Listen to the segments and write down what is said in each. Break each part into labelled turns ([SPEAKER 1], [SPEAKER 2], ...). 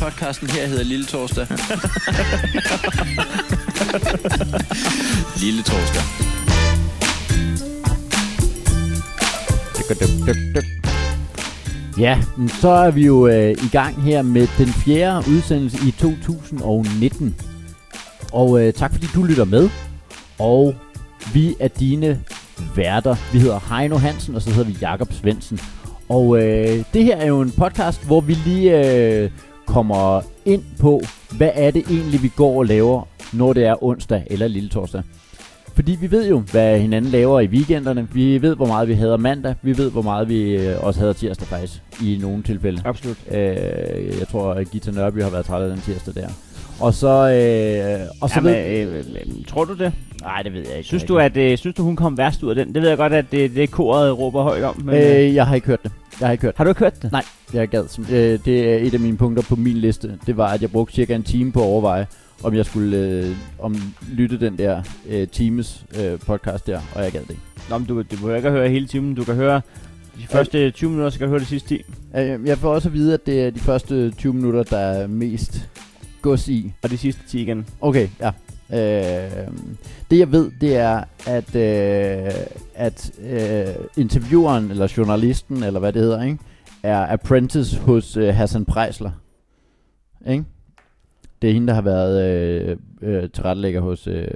[SPEAKER 1] podcasten her hedder Lille Torsdag. Lille Torsdag.
[SPEAKER 2] Ja, men så er vi jo øh, i gang her med den fjerde udsendelse i 2019. Og øh, tak fordi du lytter med. Og vi er dine værter. Vi hedder Heino Hansen, og så hedder vi Jakob Svendsen. Og øh, det her er jo en podcast, hvor vi lige øh, kommer ind på, hvad er det egentlig, vi går og laver, når det er onsdag eller lille torsdag. Fordi vi ved jo, hvad hinanden laver i weekenderne. Vi ved, hvor meget vi hader mandag. Vi ved, hvor meget vi øh, også hader tirsdag faktisk, i nogle tilfælde.
[SPEAKER 3] Absolut.
[SPEAKER 2] Øh, jeg tror, at Gita Nørby har været træt af den tirsdag der. Og så... Øh, og så
[SPEAKER 3] Jamen,
[SPEAKER 2] ved...
[SPEAKER 3] øh, øh, øh, tror du det?
[SPEAKER 2] Nej, det ved jeg ikke.
[SPEAKER 3] Synes du, at, øh, synes du, hun kom værst ud af den? Det ved jeg godt, at det, det koret råber højt om. Men, øh,
[SPEAKER 2] Øh, jeg har ikke hørt det. Jeg har ikke hørt det.
[SPEAKER 3] har du ikke hørt det?
[SPEAKER 2] Nej, jeg gad. Som, øh, det er et af mine punkter på min liste. Det var, at jeg brugte cirka en time på at overveje, om jeg skulle øh, om lytte den der øh, times øh, podcast der, og jeg gad det ikke.
[SPEAKER 3] Nå, men du, du behøver ikke at høre hele timen. Du kan høre de første 20 minutter, så kan du høre de sidste 10.
[SPEAKER 2] Øh, jeg får også at vide, at det er de første 20 minutter, der er mest gods i.
[SPEAKER 3] Og de sidste 10 igen.
[SPEAKER 2] Okay, ja. Øh, det jeg ved, det er, at, øh, at øh, intervieweren, eller journalisten, eller hvad det hedder, ikke, er apprentice hos øh, Hassan Prejsler. Ikke? Det er hende, der har været øh, øh, tilrettelægger hos øh,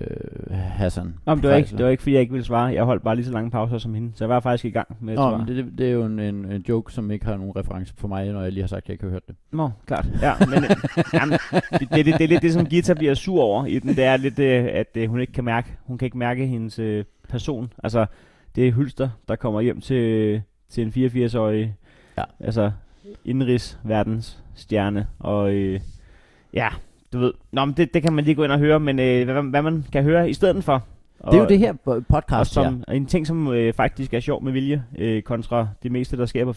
[SPEAKER 2] Hassan.
[SPEAKER 3] Nå, men det var, ikke,
[SPEAKER 2] Prejsler.
[SPEAKER 3] det var ikke, fordi jeg ikke ville svare. Jeg holdt bare lige så lange pauser som hende. Så jeg var faktisk i gang med at
[SPEAKER 2] Nå,
[SPEAKER 3] svare.
[SPEAKER 2] men det, det, det er jo en, en, en joke, som ikke har nogen reference for mig, når jeg lige har sagt, at jeg ikke har hørt det.
[SPEAKER 3] Nå, klart. Ja, men øh, jamen, det, det, det, det er lidt det, som Gita bliver sur over i den. Det er lidt, øh, at øh, hun ikke kan mærke, hun kan ikke mærke hendes øh, person. Altså, det er Hylster, der kommer hjem til, til en 84-årig,
[SPEAKER 2] Ja.
[SPEAKER 3] altså indrigsverdens stjerne. Og øh, ja, du ved. Nå, men det, det kan man lige gå ind og høre, men øh, hvad, hvad man kan høre i stedet for. Og,
[SPEAKER 2] Det er jo det her
[SPEAKER 3] Og
[SPEAKER 2] podcast her.
[SPEAKER 3] som, og en ting, som øh, faktisk er sjov med vilje, øh, kontra det meste, der sker på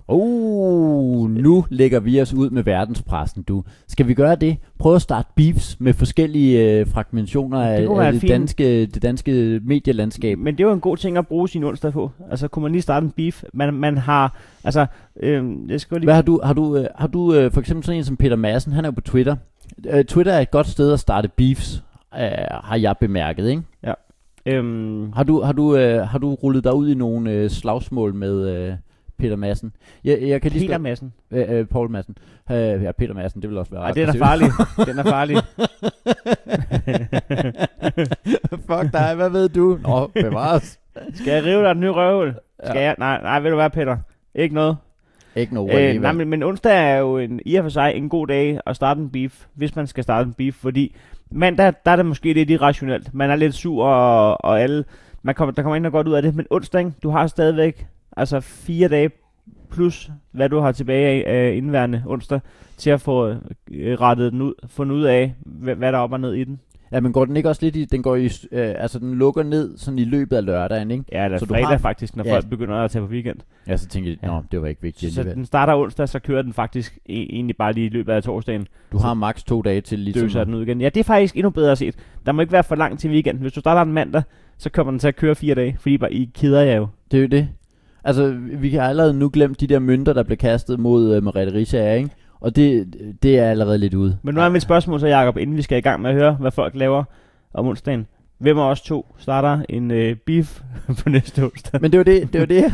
[SPEAKER 3] 24-7.
[SPEAKER 2] Oh, nu lægger vi os ud med verdenspressen, du. Skal vi gøre det? Prøv at starte beefs med forskellige øh, fragmentationer af,
[SPEAKER 3] Det kunne være
[SPEAKER 2] af det,
[SPEAKER 3] fint.
[SPEAKER 2] danske, det danske medielandskab.
[SPEAKER 3] Men det er jo en god ting at bruge sin onsdag på. Altså, kunne man lige starte en beef? Man, man har, altså, øh, jeg skal lige...
[SPEAKER 2] Hvad har du, har du, øh, har du øh, for eksempel sådan en som Peter Madsen, han er jo på Twitter. Øh, Twitter er et godt sted at starte beefs, øh, har jeg bemærket, ikke?
[SPEAKER 3] Øhm,
[SPEAKER 2] Har du, har du, øh, har du rullet dig ud i nogle øh, slagsmål med øh, Peter Madsen? Jeg, jeg kan lige
[SPEAKER 3] Peter
[SPEAKER 2] Peter...
[SPEAKER 3] Madsen.
[SPEAKER 2] Øh, øh, Paul Madsen. Øh, ja, Peter Madsen, Ah, det vil også være
[SPEAKER 3] Ej,
[SPEAKER 2] ret
[SPEAKER 3] den er
[SPEAKER 2] aggressivt.
[SPEAKER 3] farlig. Den er farlig.
[SPEAKER 2] Fuck dig, hvad ved du? Nå, bevares.
[SPEAKER 3] Skal jeg rive dig den nye røvhul? Skal
[SPEAKER 2] Ja.
[SPEAKER 3] jeg? Nej, nej, ved du hvad, Peter? Ikke noget.
[SPEAKER 2] Ikke noget
[SPEAKER 3] Øh, nej, men, men onsdag er jo en, i og for sig en god dag at starte en beef, hvis man skal starte en beef, fordi mandag, der er det måske lidt irrationelt. Man er lidt sur, og, og alle, man kommer, der kommer ikke noget godt ud af det, men onsdag, ikke? du har stadigvæk altså fire dage plus, hvad du har tilbage af øh, indværende onsdag, til at få øh, rettet den ud, fundet ud af, hvad, hvad der er op og ned i den.
[SPEAKER 2] Ja, men går den ikke også lidt i, den går i, øh, altså den lukker ned sådan i løbet af lørdagen, ikke?
[SPEAKER 3] Ja, eller
[SPEAKER 2] Så
[SPEAKER 3] så
[SPEAKER 2] du
[SPEAKER 3] fredag
[SPEAKER 2] har-
[SPEAKER 3] har... faktisk, når
[SPEAKER 2] Ja.
[SPEAKER 3] ja. folk begynder at tage på weekend.
[SPEAKER 2] Ja, så tænker jeg,
[SPEAKER 3] Ja.
[SPEAKER 2] nå, det var ikke vigtigt
[SPEAKER 3] Så
[SPEAKER 2] alligevel.
[SPEAKER 3] den starter onsdag, så kører den faktisk e- egentlig bare lige i løbet af torsdagen.
[SPEAKER 2] Du har maks to dage til ligesom...
[SPEAKER 3] døser den ud igen. Ja, det er faktisk endnu bedre set. Der må ikke være for langt til weekenden. Hvis du starter en mandag, så kommer den til at køre fire dage, fordi bare, I keder jer jo.
[SPEAKER 2] Det er jo det. Altså, vi har allerede nu glemt de der mønter, der blev kastet mod øh, Merete Rissager, ikke? Og det, det er allerede lidt ude.
[SPEAKER 3] Men nu er mit spørgsmål så, Jacob, inden vi skal i gang med at høre, hvad folk laver om onsdagen. Hvem af os to starter en øh, beef på næste onsdag?
[SPEAKER 2] Men det var det, det var det,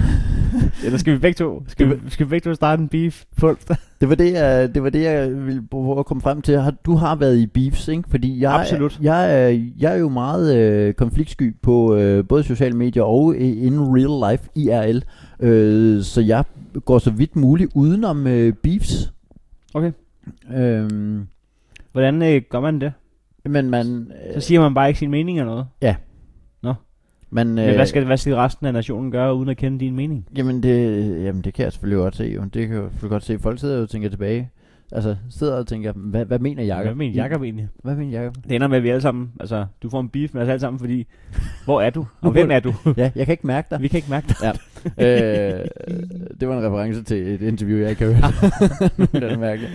[SPEAKER 3] Eller skal vi begge to, skal vi, skal vi begge to starte en beef på onsdag?
[SPEAKER 2] det var det, jeg, det var det, jeg ville prøve at komme frem til. Har- Du har været i beefs, ikke? Fordi jeg,
[SPEAKER 3] Absolut.
[SPEAKER 2] Jeg, er- jeg er jo meget øh, konfliktsky på øh, både sociale medier og i- in real life, IRL. Øh, så jeg går så vidt muligt udenom øh, beefs.
[SPEAKER 3] Okay.
[SPEAKER 2] Øhm,
[SPEAKER 3] Hvordan øh, gør man det?
[SPEAKER 2] men man... øh,
[SPEAKER 3] Så siger man bare ikke sin mening eller noget.
[SPEAKER 2] man øh,
[SPEAKER 3] Men hvad skal, hvad skal resten af nationen gøre, uden at kende din mening?
[SPEAKER 2] Jamen det, jamen det kan jeg selvfølgelig godt se jo. Det kan jeg jo selvfølgelig godt se. Folk sidder jo og tænker tilbage. Altså sidder og tænker, hvad, hvad mener Jacob?
[SPEAKER 3] Hvad mener Jacob egentlig?
[SPEAKER 2] Hvad mener Jacob?
[SPEAKER 3] Det ender med, at vi alle sammen, altså, du får en beef med os alle sammen, fordi, hvor er du? Og hvem er du?
[SPEAKER 2] ja, jeg kan ikke mærke dig.
[SPEAKER 3] Vi kan ikke mærke det.
[SPEAKER 2] øh, det var en reference til et interview, jeg ikke har hørt. det er da mærkeligt.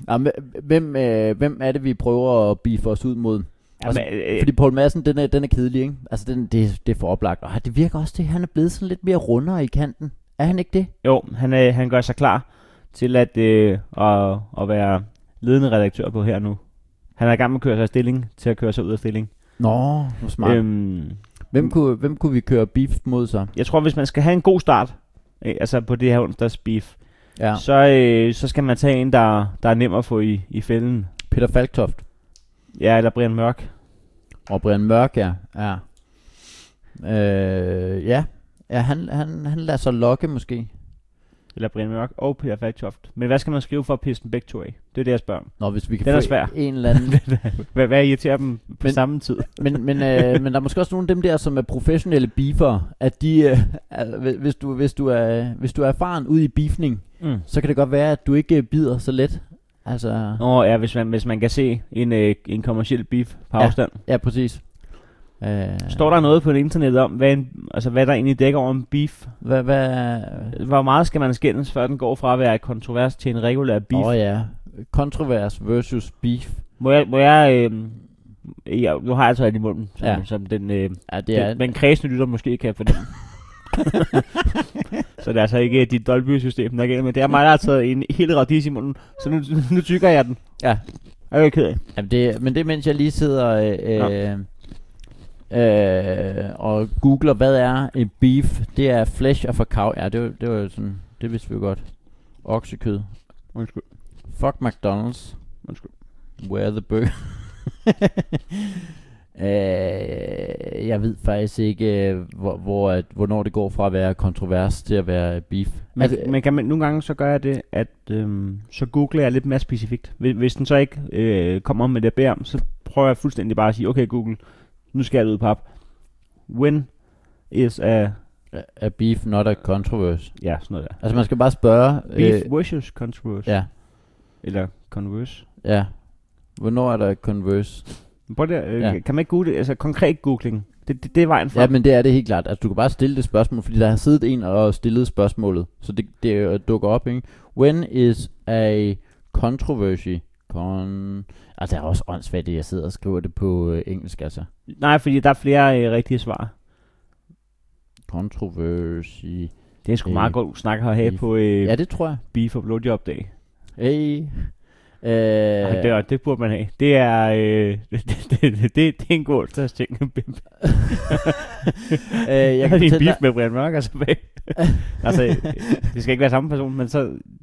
[SPEAKER 2] Nå, men hvem, øh, hvem er det, vi prøver at beefe os ud mod? Altså,
[SPEAKER 3] Jamen, øh,
[SPEAKER 2] Fordi Paul Madsen, den er, den er kedelig, ikke? Altså, den, det, det er for oplagt. Og det virker også til, at han er blevet sådan lidt mere rundere i kanten. Er han ikke det?
[SPEAKER 3] Jo, han, øh, han gør sig klar til at, øh, at, at være ledende redaktør på her nu. Han er i gang med at køre sig af stilling til at køre sig ud af stilling.
[SPEAKER 2] Nå, hvor smart. Øhm.
[SPEAKER 3] Øhm,
[SPEAKER 2] Hvem, kunne, hvem kunne vi køre beef mod så?
[SPEAKER 3] jeg tror, hvis man skal have en god start, øh, altså på det her onsdags beef,
[SPEAKER 2] Ja,
[SPEAKER 3] ja. så, øh, så skal man tage en, der, der er nem at få i, i fælden.
[SPEAKER 2] Peter Falktoft
[SPEAKER 3] Ja, eller Brian Mørk.
[SPEAKER 2] og Brian Mørk, ja. Ja, øh, ja. ja han, han, han lader sig lokke måske.
[SPEAKER 3] Eller Brian Mørk og Peter Falktoft. Men hvad skal man skrive for at pisse dem begge to af? Det er det, jeg spørger om.
[SPEAKER 2] Nå, hvis vi kan
[SPEAKER 3] Den er
[SPEAKER 2] få
[SPEAKER 3] svær.
[SPEAKER 2] en eller anden
[SPEAKER 3] Hvad, hvad irriterer dem på
[SPEAKER 2] Men-
[SPEAKER 3] Men, samme tid?
[SPEAKER 2] men, men, øh, men der er måske også nogle af dem der, som er professionelle beefer, at de, øh, er- hvis- hvis, du, hvis, du er, hvis du er erfaren ude i beefning,
[SPEAKER 3] Mm.
[SPEAKER 2] så kan det godt være, at du ikke øh, bider så let. Altså,
[SPEAKER 3] Nå ja, hvis man, hvis man kan se en, øh, en kommersiel beef på
[SPEAKER 2] Ja.
[SPEAKER 3] afstand.
[SPEAKER 2] ja, præcis. Øh,
[SPEAKER 3] Står der noget på internettet om, hvad, en, altså, hvad der egentlig dækker over en beef?
[SPEAKER 2] Hvad, hvad,
[SPEAKER 3] Hvor meget skal man skændes, før den går fra at være et kontrovers til en regulær beef?
[SPEAKER 2] Åh oh, ja, kontrovers versus beef.
[SPEAKER 3] Må jeg... Må jeg øh, ja, nu har jeg altså alt i munden, som,
[SPEAKER 2] Ja.
[SPEAKER 3] ja. som den, øh,
[SPEAKER 2] Ja, det
[SPEAKER 3] ja.
[SPEAKER 2] er,
[SPEAKER 3] den, den kredsende lytter måske kan fornemme. så det er altså ikke øh, dit Dolby-system, der gælder, men det er mig, der har taget en hel radis i munden, så nu, nu tykker jeg den.
[SPEAKER 2] Ja.
[SPEAKER 3] Er jeg ked af?
[SPEAKER 2] jamen det, men det er, mens jeg lige sidder øh, øh, øh, og googler, hvad er en beef? Det er flesh og forkav. Ja, det, var- det var jo sådan, det vidste vi jo godt. Oksekød.
[SPEAKER 3] Undskyld.
[SPEAKER 2] Fuck McDonald's.
[SPEAKER 3] Undskyld.
[SPEAKER 2] Where the burger. øh, jeg ved faktisk ikke, øh, hvor, hvor at, hvornår det går fra at være kontrovers til at være beef.
[SPEAKER 3] Men,
[SPEAKER 2] Altså,
[SPEAKER 3] altså, men kan man, nogle gange så gør jeg det, at øhm, så googler jeg lidt mere specifikt. Hvis, hvis den så ikke øh, kommer med det, jeg beder om, så prøver jeg fuldstændig bare at sige, okay Google, nu skal jeg ud på app. When is a...
[SPEAKER 2] er beef not a controversy?
[SPEAKER 3] Ja, sådan noget der.
[SPEAKER 2] Altså man skal bare spørge.
[SPEAKER 3] Beef øh, versus controversy.
[SPEAKER 2] ja,
[SPEAKER 3] Eller converse.
[SPEAKER 2] ja. Hvornår er der converse?
[SPEAKER 3] Men Prøv det, øh,
[SPEAKER 2] Ja.
[SPEAKER 3] ja. kan man ikke google det? Altså konkret googling. Det, det, det er vejen frem.
[SPEAKER 2] Ja, men det er det helt klart. Altså du kan bare stille det spørgsmål, fordi der har siddet en og stillet spørgsmålet. Så det, det øh, dukker op, ikke? When is a controversy? Con... Altså det er også åndssvagt, at jeg sidder og skriver det på øh, engelsk, altså.
[SPEAKER 3] Nej, fordi der er flere øh, rigtige svar.
[SPEAKER 2] Controversy.
[SPEAKER 3] Det er sgu
[SPEAKER 2] Øh,
[SPEAKER 3] øh, meget godt snak at have
[SPEAKER 2] beef.
[SPEAKER 3] på øh, ja.
[SPEAKER 2] Ja, det tror jeg.
[SPEAKER 3] Beef og Blowjob Day.
[SPEAKER 2] Hey.
[SPEAKER 3] Øh.
[SPEAKER 2] Øh,
[SPEAKER 3] Det, er- det burde man have. Det er, øh, det, det, det, det, det er en god onsdagsting.
[SPEAKER 2] øh, jeg kan
[SPEAKER 3] jeg kan en
[SPEAKER 2] fortælle
[SPEAKER 3] beef
[SPEAKER 2] dig,
[SPEAKER 3] med Brian Mørk er tilbage. altså, øh, det skal ikke være samme person, men så,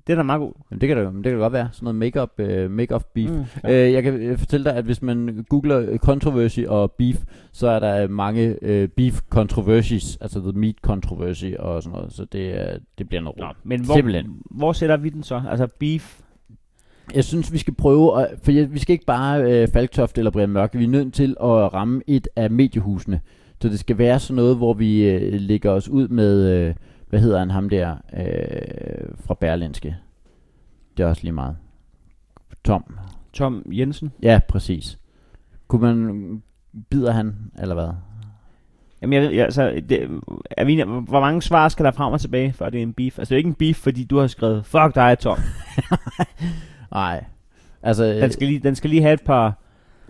[SPEAKER 3] det er da meget god.
[SPEAKER 2] Jamen, det, kan det, jo- det kan det godt være. Sådan noget make-up, øh, make-up beef.
[SPEAKER 3] Mm.
[SPEAKER 2] Øh, jeg kan øh, fortælle dig, at hvis man googler øh, controversy og beef, så er der øh, mange øh, beef controversies, altså the meat controversy og sådan noget, så det, øh, det bliver noget
[SPEAKER 3] Nå,
[SPEAKER 2] råd.
[SPEAKER 3] men hvor,
[SPEAKER 2] Simpelthen.
[SPEAKER 3] hvor sætter vi den så? Altså beef,
[SPEAKER 2] Jeg synes, vi skal prøve, at, for jeg, vi skal ikke bare øh, Falktoft eller Brian Mørk, vi er nødt til at ramme et af mediehusene. Så det skal være sådan noget, hvor vi øh, lægger os ud med, øh, hvad hedder han ham der, øh, fra Berlinske. Det er også lige meget. Tom.
[SPEAKER 3] Tom Jensen.
[SPEAKER 2] Ja, præcis. Kunne man, bider han, eller hvad?
[SPEAKER 3] Jamen, jeg ved, jeg, altså, det, er vi, enige om, hvor mange svar skal der frem og tilbage, før det er en beef? Altså, det er jo ikke en beef, fordi du har skrevet, fuck dig, Tom.
[SPEAKER 2] Nej. Altså,
[SPEAKER 3] Den skal lige, den skal lige have et par...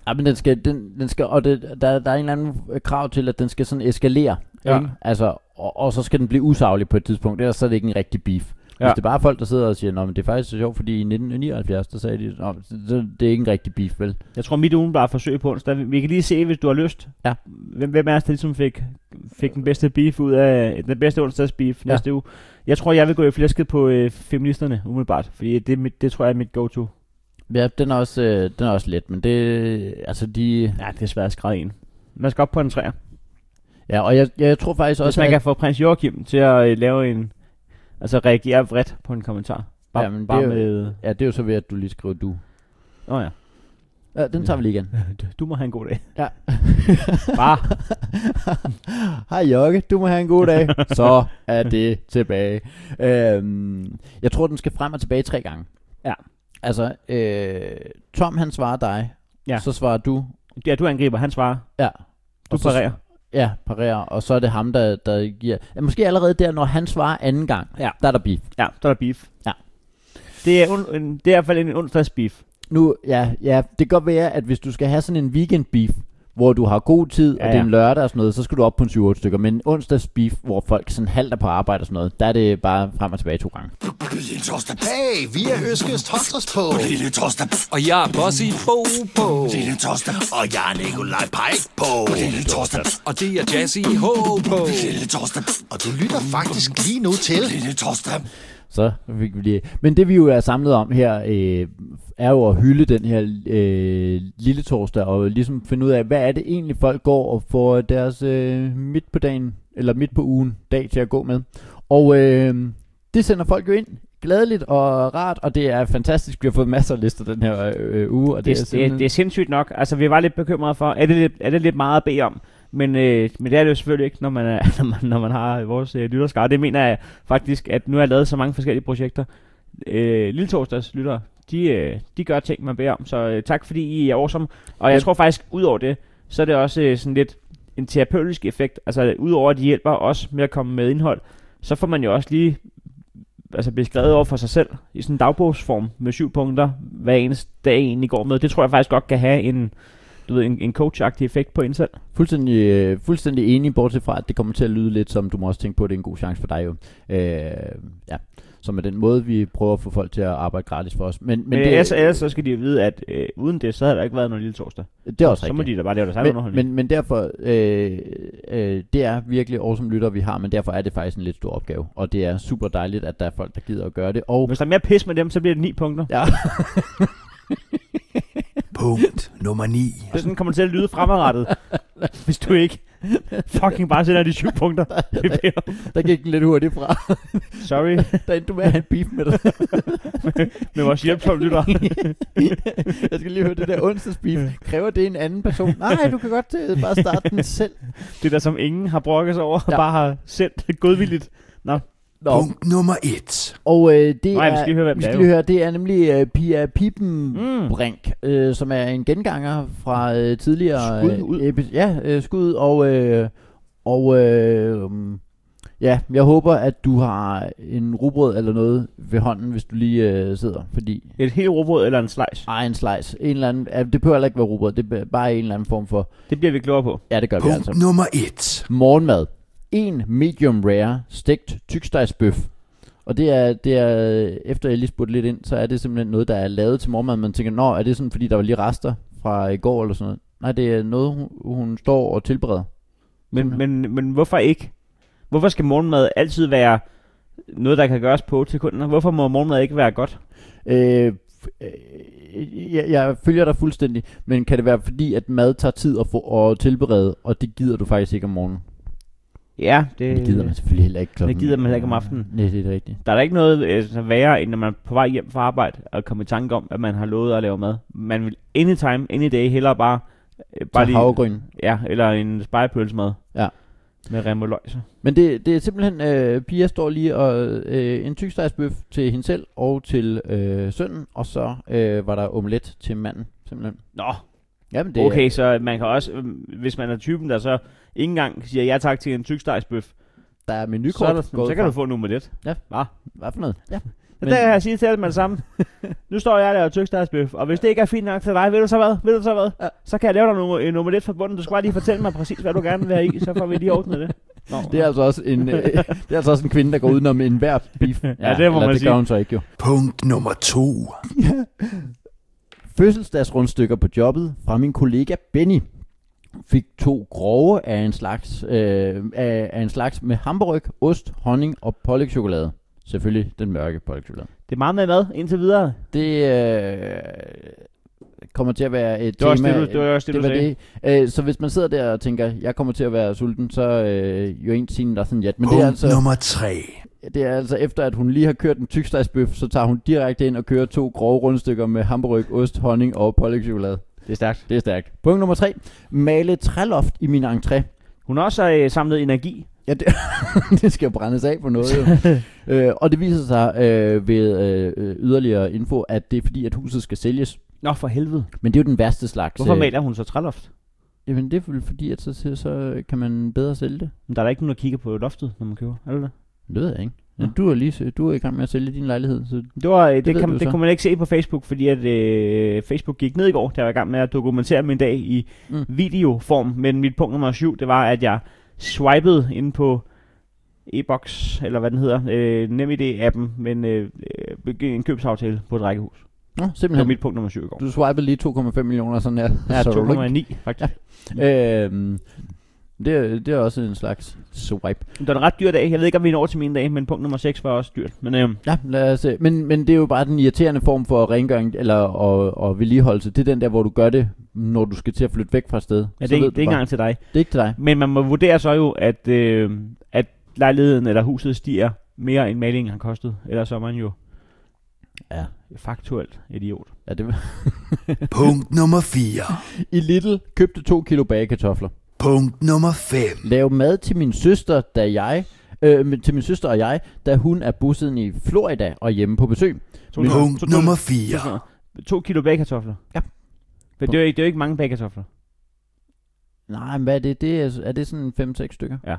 [SPEAKER 2] ja, men den skal, den, den skal og det, der, der er en eller anden øh, krav til, at den skal sådan eskalere.
[SPEAKER 3] Ja.
[SPEAKER 2] ikke? Altså, og, og, så skal den blive usaglig på et tidspunkt, ellers så er det ikke en rigtig beef. Ja. Hvis det bare er folk, der sidder og siger, Nå, men det er faktisk så sjovt, fordi i 1979, der sagde de, Nå, så- så det er ikke en rigtig beef, vel?
[SPEAKER 3] Jeg tror, mit ugen bare forsøg på onsdag. Vi- Vi kan lige se, hvis du har lyst.
[SPEAKER 2] Ja.
[SPEAKER 3] Hvem, hvem af os, der ligesom fik, fik den bedste beef ud af... Den bedste onsdags beef
[SPEAKER 2] Ja.
[SPEAKER 3] næste uge. Jeg tror, jeg vil gå i flæsket på øh, feministerne, umiddelbart. Fordi det, er mit, det tror jeg er mit go-to.
[SPEAKER 2] Ja, den er også, øh, den er også let, men det, altså de,
[SPEAKER 3] Ja, det er svært at skræde en. Man skal op på en træer.
[SPEAKER 2] ja, og jeg, jeg tror faktisk
[SPEAKER 3] Hvis
[SPEAKER 2] også,
[SPEAKER 3] man
[SPEAKER 2] at,
[SPEAKER 3] kan få prins Joachim til at øh, lave en... Altså reagere vredt på en kommentar. Bare,
[SPEAKER 2] Ja, men det
[SPEAKER 3] bare
[SPEAKER 2] er jo-
[SPEAKER 3] med...
[SPEAKER 2] ja, det er jo så ved, at du lige skriver du.
[SPEAKER 3] Nå ja.
[SPEAKER 2] Ja, den tager vi lige igen.
[SPEAKER 3] Du må have en god dag.
[SPEAKER 2] Ja.
[SPEAKER 3] Bare.
[SPEAKER 2] Hej Jokke, du må have en god dag. Så er det tilbage. Øhm, jeg tror, den skal frem og tilbage tre gange.
[SPEAKER 3] Ja.
[SPEAKER 2] Altså, øh, Tom han svarer dig,
[SPEAKER 3] Ja.
[SPEAKER 2] så svarer du.
[SPEAKER 3] Ja, du angriber. Han svarer.
[SPEAKER 2] Ja.
[SPEAKER 3] Du
[SPEAKER 2] Og så-
[SPEAKER 3] parerer.
[SPEAKER 2] Ja, parerer, og så er det ham, der, der giver... Ja, måske allerede der, når han svarer anden gang,
[SPEAKER 3] Ja.
[SPEAKER 2] der er der beef.
[SPEAKER 3] Ja, så er der beef.
[SPEAKER 2] Ja.
[SPEAKER 3] Det er, un- en, det er i hvert fald en onsdagsbeef.
[SPEAKER 2] Nu, ja, ja, det kan godt være, at hvis du skal have sådan en weekend beef, hvor du har god tid, ja, og
[SPEAKER 3] Ja,
[SPEAKER 2] det er
[SPEAKER 3] ja.
[SPEAKER 2] en lørdag og sådan noget, så skal du op på en 7-8 stykker. Men onsdags beef, hvor folk sådan halter på arbejde og sådan noget, der er det bare frem og tilbage to gange.
[SPEAKER 4] Lille torsdag.
[SPEAKER 5] Hey, vi er Øskes Torsdags på.
[SPEAKER 4] Lille torsdag.
[SPEAKER 6] Og jeg er Bossy Bo på.
[SPEAKER 4] Lille torsdag.
[SPEAKER 5] Og jeg er Nikolaj Pike på.
[SPEAKER 4] Lille torsdag.
[SPEAKER 6] Og det er Jazzy H på.
[SPEAKER 4] Lille torsdag.
[SPEAKER 5] Og du lytter faktisk lige nu til
[SPEAKER 4] Lille torsdag.
[SPEAKER 2] Så fik vi lige. Men det vi jo er samlet om her, øh, er jo at hylde den her øh, lille torsdag, og ligesom finde ud af, hvad er det egentlig folk går og får deres øh, midt på dagen, eller midt på ugen dag til at gå med. Og øh, det sender folk jo ind gladeligt og rart, og det er fantastisk. Vi har fået masser af lister den her øh, øh, uge, og det,
[SPEAKER 3] Det,
[SPEAKER 2] er
[SPEAKER 3] det,
[SPEAKER 2] simpelthen...
[SPEAKER 3] det, det er sindssygt nok. Altså, vi var lidt bekymrede for, er det lidt, er det lidt meget at bede om? Men, øh, men det er det jo selvfølgelig ikke, når man, er, når man, når man har vores øh, lytterskare. Det mener jeg faktisk, at nu har jeg lavet så mange forskellige projekter. Øh, Lille Torsdags lyttere, de, øh, de gør ting, man beder om. Så øh, tak fordi I er awesome. Og jeg
[SPEAKER 2] Men-
[SPEAKER 3] tror faktisk, ud over det, så er det også øh, sådan lidt en terapeutisk effekt. Altså, udover at de hjælper os med at komme med indhold, så får man jo også lige altså beskrevet over for sig selv i sådan en dagbogsform med syv punkter, hvad ens dag egentlig går med. Det tror jeg faktisk godt kan have en, du ved, en, en coachagtig effekt på en selv.
[SPEAKER 2] Fuldstændig, øh, fuldstændig enig, bortset fra, at det kommer til at lyde lidt som, du må også tænke på, at det er en god chance for dig jo. Øh, ja. Som er den måde, vi prøver at få folk til at arbejde gratis for os. Men, men,
[SPEAKER 3] Men,
[SPEAKER 2] det,
[SPEAKER 3] men ellers, ellers, så skal de jo vide, at øh, uden det, så havde der ikke været nogen lille torsdag.
[SPEAKER 2] det er også
[SPEAKER 3] Så
[SPEAKER 2] rigtigt.
[SPEAKER 3] må de da bare lave deres egen
[SPEAKER 2] men,
[SPEAKER 3] underholdning.
[SPEAKER 2] men, men derfor, øh, øh, det er virkelig awesome lytter, vi har, men derfor er det faktisk en lidt stor opgave. Og det er super dejligt, at der er folk, der gider at gøre det. Og
[SPEAKER 3] Hvis der er mere pis med dem, så bliver det ni punkter.
[SPEAKER 2] ja,
[SPEAKER 4] Punkt nummer 9.
[SPEAKER 3] Og sådan kommer det til at lyde fremadrettet, hvis du ikke fucking bare sender de syv punkter. Vi beder om.
[SPEAKER 2] der gik den lidt hurtigt fra.
[SPEAKER 3] Sorry,
[SPEAKER 2] Der endte du med at have en beef med dig.
[SPEAKER 3] men vores hjælpsomme lytter.
[SPEAKER 2] Jeg skal lige høre det der onsdagsbeef. Kræver det en anden person? Nej, du kan godt øh, bare starte den selv.
[SPEAKER 3] Det der, som ingen har brokket sig over,
[SPEAKER 2] Ja.
[SPEAKER 3] ja. bare har sendt godvilligt.
[SPEAKER 2] Nå,
[SPEAKER 4] Punkt nummer 1.
[SPEAKER 2] Og øh, det
[SPEAKER 3] Nej,
[SPEAKER 2] er,
[SPEAKER 3] vi skal lige høre, hvem
[SPEAKER 2] vi
[SPEAKER 3] det er
[SPEAKER 2] skal
[SPEAKER 3] jo.
[SPEAKER 2] lige høre, det er nemlig øh, Pia Pippen
[SPEAKER 3] Mm.
[SPEAKER 2] Brink, øh, som er en genganger fra øh, tidligere
[SPEAKER 3] Skud ud.
[SPEAKER 2] Øh, epi- ja, øh, skud og øh, og øh, um, ja, jeg håber at du har en rugbrød eller noget ved hånden, hvis du lige øh, sidder, fordi
[SPEAKER 3] Et helt råbrød eller en slice.
[SPEAKER 2] ej, en slice, en eller anden, ja, det behøver heller ikke være rugbrød, det er bare en eller anden form for,
[SPEAKER 3] Det bliver vi klogere på.
[SPEAKER 2] ja, det gør vi
[SPEAKER 4] Punkt
[SPEAKER 2] altså.
[SPEAKER 4] nummer 1.
[SPEAKER 2] Morgenmad. En medium rare stegt tykstegsbøf. Og det er, det er, efter jeg lige spurgte lidt ind, så er det simpelthen noget, der er lavet til morgenmad. Man tænker, nå, er det sådan, fordi der var lige rester fra i går eller sådan noget? Nej, det er noget, hun, hun står og tilbereder.
[SPEAKER 3] Men, men, men hvorfor ikke? Hvorfor skal morgenmad altid være noget, der kan gøres på til kunder? Hvorfor må morgenmad ikke være godt?
[SPEAKER 2] Øh, f- øh, jeg, jeg følger dig fuldstændig, men kan det være fordi, at mad tager tid at, få, at tilberede, og det gider du faktisk ikke om morgenen?
[SPEAKER 3] Ja, det,
[SPEAKER 2] Det gider man selvfølgelig heller ikke klokken.
[SPEAKER 3] Øh, det gider man heller ikke om aftenen.
[SPEAKER 2] Nej, det er rigtigt.
[SPEAKER 3] Der er da ikke noget øh, så værre, end når man er på vej hjem fra arbejde og kommer i tanke om, at man har lovet at lave mad. Man vil anytime, any day hellere bare... Øh, bare
[SPEAKER 2] Bare lige... havregryn.
[SPEAKER 3] ja, eller en spejepølsemad.
[SPEAKER 2] Ja.
[SPEAKER 3] Med rem og løg, så.
[SPEAKER 2] Men det, det er simpelthen, øh, Pia står lige og øh, en tykstegsbøf til hende selv og til øh, sønnen, og så øh, var der omelet til manden, simpelthen.
[SPEAKER 3] Nå,
[SPEAKER 2] Jamen, det,
[SPEAKER 3] det okay, så man kan også... Øh, hvis man er typen, der så ikke engang siger ja tak til en tykstegsbøf,
[SPEAKER 2] der er
[SPEAKER 3] så,
[SPEAKER 2] menukort.
[SPEAKER 3] er der, så kan du få en omelet.
[SPEAKER 2] Hvad for noget? Ja.
[SPEAKER 3] Men der kan jeg sige til alt med det samme. nu står jeg og laver tykstadsbøf, og hvis det ikke er fint nok til dig, ved du så hvad? Ved du så hvad?
[SPEAKER 2] Ja.
[SPEAKER 3] Ja. Så kan jeg lave dig øh, en om- en omelet fra bunden. Du skal bare lige fortælle mig præcis, hvad du gerne vil have i, så får vi lige ordnet det. Nå,
[SPEAKER 2] det er altså også en, øh, det er altså også en kvinde, der går udenom enhver beef. Ja,
[SPEAKER 3] det må
[SPEAKER 2] eller
[SPEAKER 3] man
[SPEAKER 2] det gør
[SPEAKER 3] sige.
[SPEAKER 2] hun så ikke jo.
[SPEAKER 4] Punkt nummer 2.
[SPEAKER 2] Fødselsdagsrundstykker på jobbet fra min kollega Benny fik to grove af en slags, øh, af, af en slags med hamburg, ost, honning og pålægchokolade. Selvfølgelig den mørke pålægchokolade.
[SPEAKER 3] det er meget med mad indtil videre.
[SPEAKER 2] Det øh, kommer til at være et
[SPEAKER 3] Det var også
[SPEAKER 2] tema.
[SPEAKER 3] det, du, det var også det,
[SPEAKER 2] det
[SPEAKER 3] du
[SPEAKER 2] var
[SPEAKER 3] sagde.
[SPEAKER 2] det. Øh, så hvis man sidder der og tænker, jeg kommer til at være sulten, så øh, jo en sin der sådan ja. Men det er,
[SPEAKER 4] Punkt
[SPEAKER 2] altså,
[SPEAKER 4] nummer 3.
[SPEAKER 2] det er altså efter, at hun lige har kørt en tykstegsbøf, så tager hun direkte ind og kører to grove rundstykker med hamburg, ost, honning og pålægchokolade.
[SPEAKER 3] Det er stærkt.
[SPEAKER 2] Det er stærkt. Punkt nummer tre. Male træloft i min entré.
[SPEAKER 3] Hun har også øh, samlet energi.
[SPEAKER 2] Ja, det, det skal brændes af på noget jo. øh, og det viser sig øh, ved øh, øh, yderligere info, at det er fordi, at huset skal sælges.
[SPEAKER 3] Nå, for helvede.
[SPEAKER 2] Men det er jo den værste slags.
[SPEAKER 3] Hvorfor
[SPEAKER 2] øh,
[SPEAKER 3] maler hun så træloft?
[SPEAKER 2] Jamen det er vel fordi, at så, så, så kan man bedre sælge det.
[SPEAKER 3] Men der er da ikke nogen, der kigger på loftet, når man køber. Er det det?
[SPEAKER 2] Det ved jeg ikke. Men
[SPEAKER 3] Nå.
[SPEAKER 2] du er lige du er i gang med at sælge din lejlighed, så
[SPEAKER 3] Det, var, øh, det,
[SPEAKER 2] ved
[SPEAKER 3] det, kan,
[SPEAKER 2] du
[SPEAKER 3] det
[SPEAKER 2] så.
[SPEAKER 3] kunne man ikke se på Facebook, fordi at øh, Facebook gik ned i går. Der var i gang med at dokumentere min dag i
[SPEAKER 2] Mm.
[SPEAKER 3] mm. videoform. Men mit punkt nummer syv, det var, at jeg swipede ind på e-boks, eller hvad den hedder, øh, NemID-appen, men øh, øh, begynd- en købsaftale på et rækkehus.
[SPEAKER 2] Nå,
[SPEAKER 3] Det var
[SPEAKER 2] simpelthen.
[SPEAKER 3] mit punkt nummer 7 i går.
[SPEAKER 2] Du swipede lige 2,5 millioner sådan her.
[SPEAKER 3] Ja,
[SPEAKER 2] Så du ikke-
[SPEAKER 3] 2,9 faktisk.
[SPEAKER 2] Øhm, det, er- det er også en slags swipe.
[SPEAKER 3] Det var en ret dyr dag. Jeg ved ikke, om vi når til mine dage, men punkt nummer 6 var også dyrt. Men øhm,
[SPEAKER 2] Ja, lad os se. Men, men det er jo bare den irriterende form for rengøring eller og, og vedligeholdelse. Det er den der, hvor du gør det, når du skal til at flytte væk fra et sted.
[SPEAKER 3] ja,
[SPEAKER 2] Så
[SPEAKER 3] det, er,
[SPEAKER 2] ved
[SPEAKER 3] ikke-
[SPEAKER 2] du
[SPEAKER 3] det er ikke
[SPEAKER 2] bare.
[SPEAKER 3] engang til dig.
[SPEAKER 2] det er ikke til dig.
[SPEAKER 3] Men man må vurdere så jo, at, øh, at lejligheden eller huset stiger mere, end malingen har kostet. Ellers så er man jo
[SPEAKER 2] Ja.
[SPEAKER 3] faktuelt idiot.
[SPEAKER 2] Ja, det var.
[SPEAKER 4] Punkt nummer 4.
[SPEAKER 2] I Little købte to kilo bagekartofler.
[SPEAKER 4] Punkt nummer 5.
[SPEAKER 2] Lav mad til min søster, da jeg... Øh, men- til min søster og jeg, da hun er bosiddende i Florida og hjemme på besøg.
[SPEAKER 3] To-
[SPEAKER 4] Punkt
[SPEAKER 3] to- to-
[SPEAKER 4] nummer
[SPEAKER 3] to-
[SPEAKER 4] 4.
[SPEAKER 3] sådan noget. To kilo bagkartofler.
[SPEAKER 2] Ja.
[SPEAKER 3] Men det er jo ikke, det er jo ikke mange bagkartofler.
[SPEAKER 2] Nej, men hvad er det? det er, er det sådan 5-6 stykker?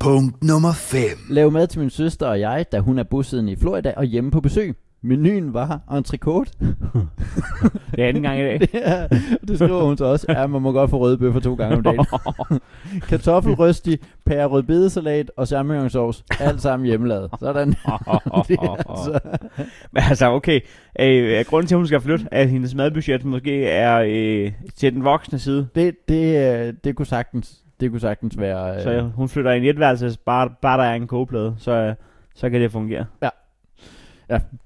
[SPEAKER 4] Punkt nummer 5.
[SPEAKER 2] Lave mad til min søster og jeg, da hun er bosiddende i Florida og hjemme på besøg. Menuen var entrecote.
[SPEAKER 3] Det er anden gang i dag.
[SPEAKER 2] Det, er, det skriver hun så også. Ja, man må godt få røde bøffer to gange om dagen. Kartoffelrøsti, pære rødbedesalat og sammenhængssovs. Alt sammen hjemmelavet. Sådan. det er altså.
[SPEAKER 3] Men altså, okay. Øh, grunden til, at hun skal flytte, er, at hendes madbudget måske er øh, til den voksne side.
[SPEAKER 2] Det, det, øh, det kunne sagtens, det kunne sagtens være... øh,
[SPEAKER 3] Så øh, hun flytter ind i et værelse, bare, bare der er en kogeplade, så, øh, så kan det fungere.
[SPEAKER 2] Ja,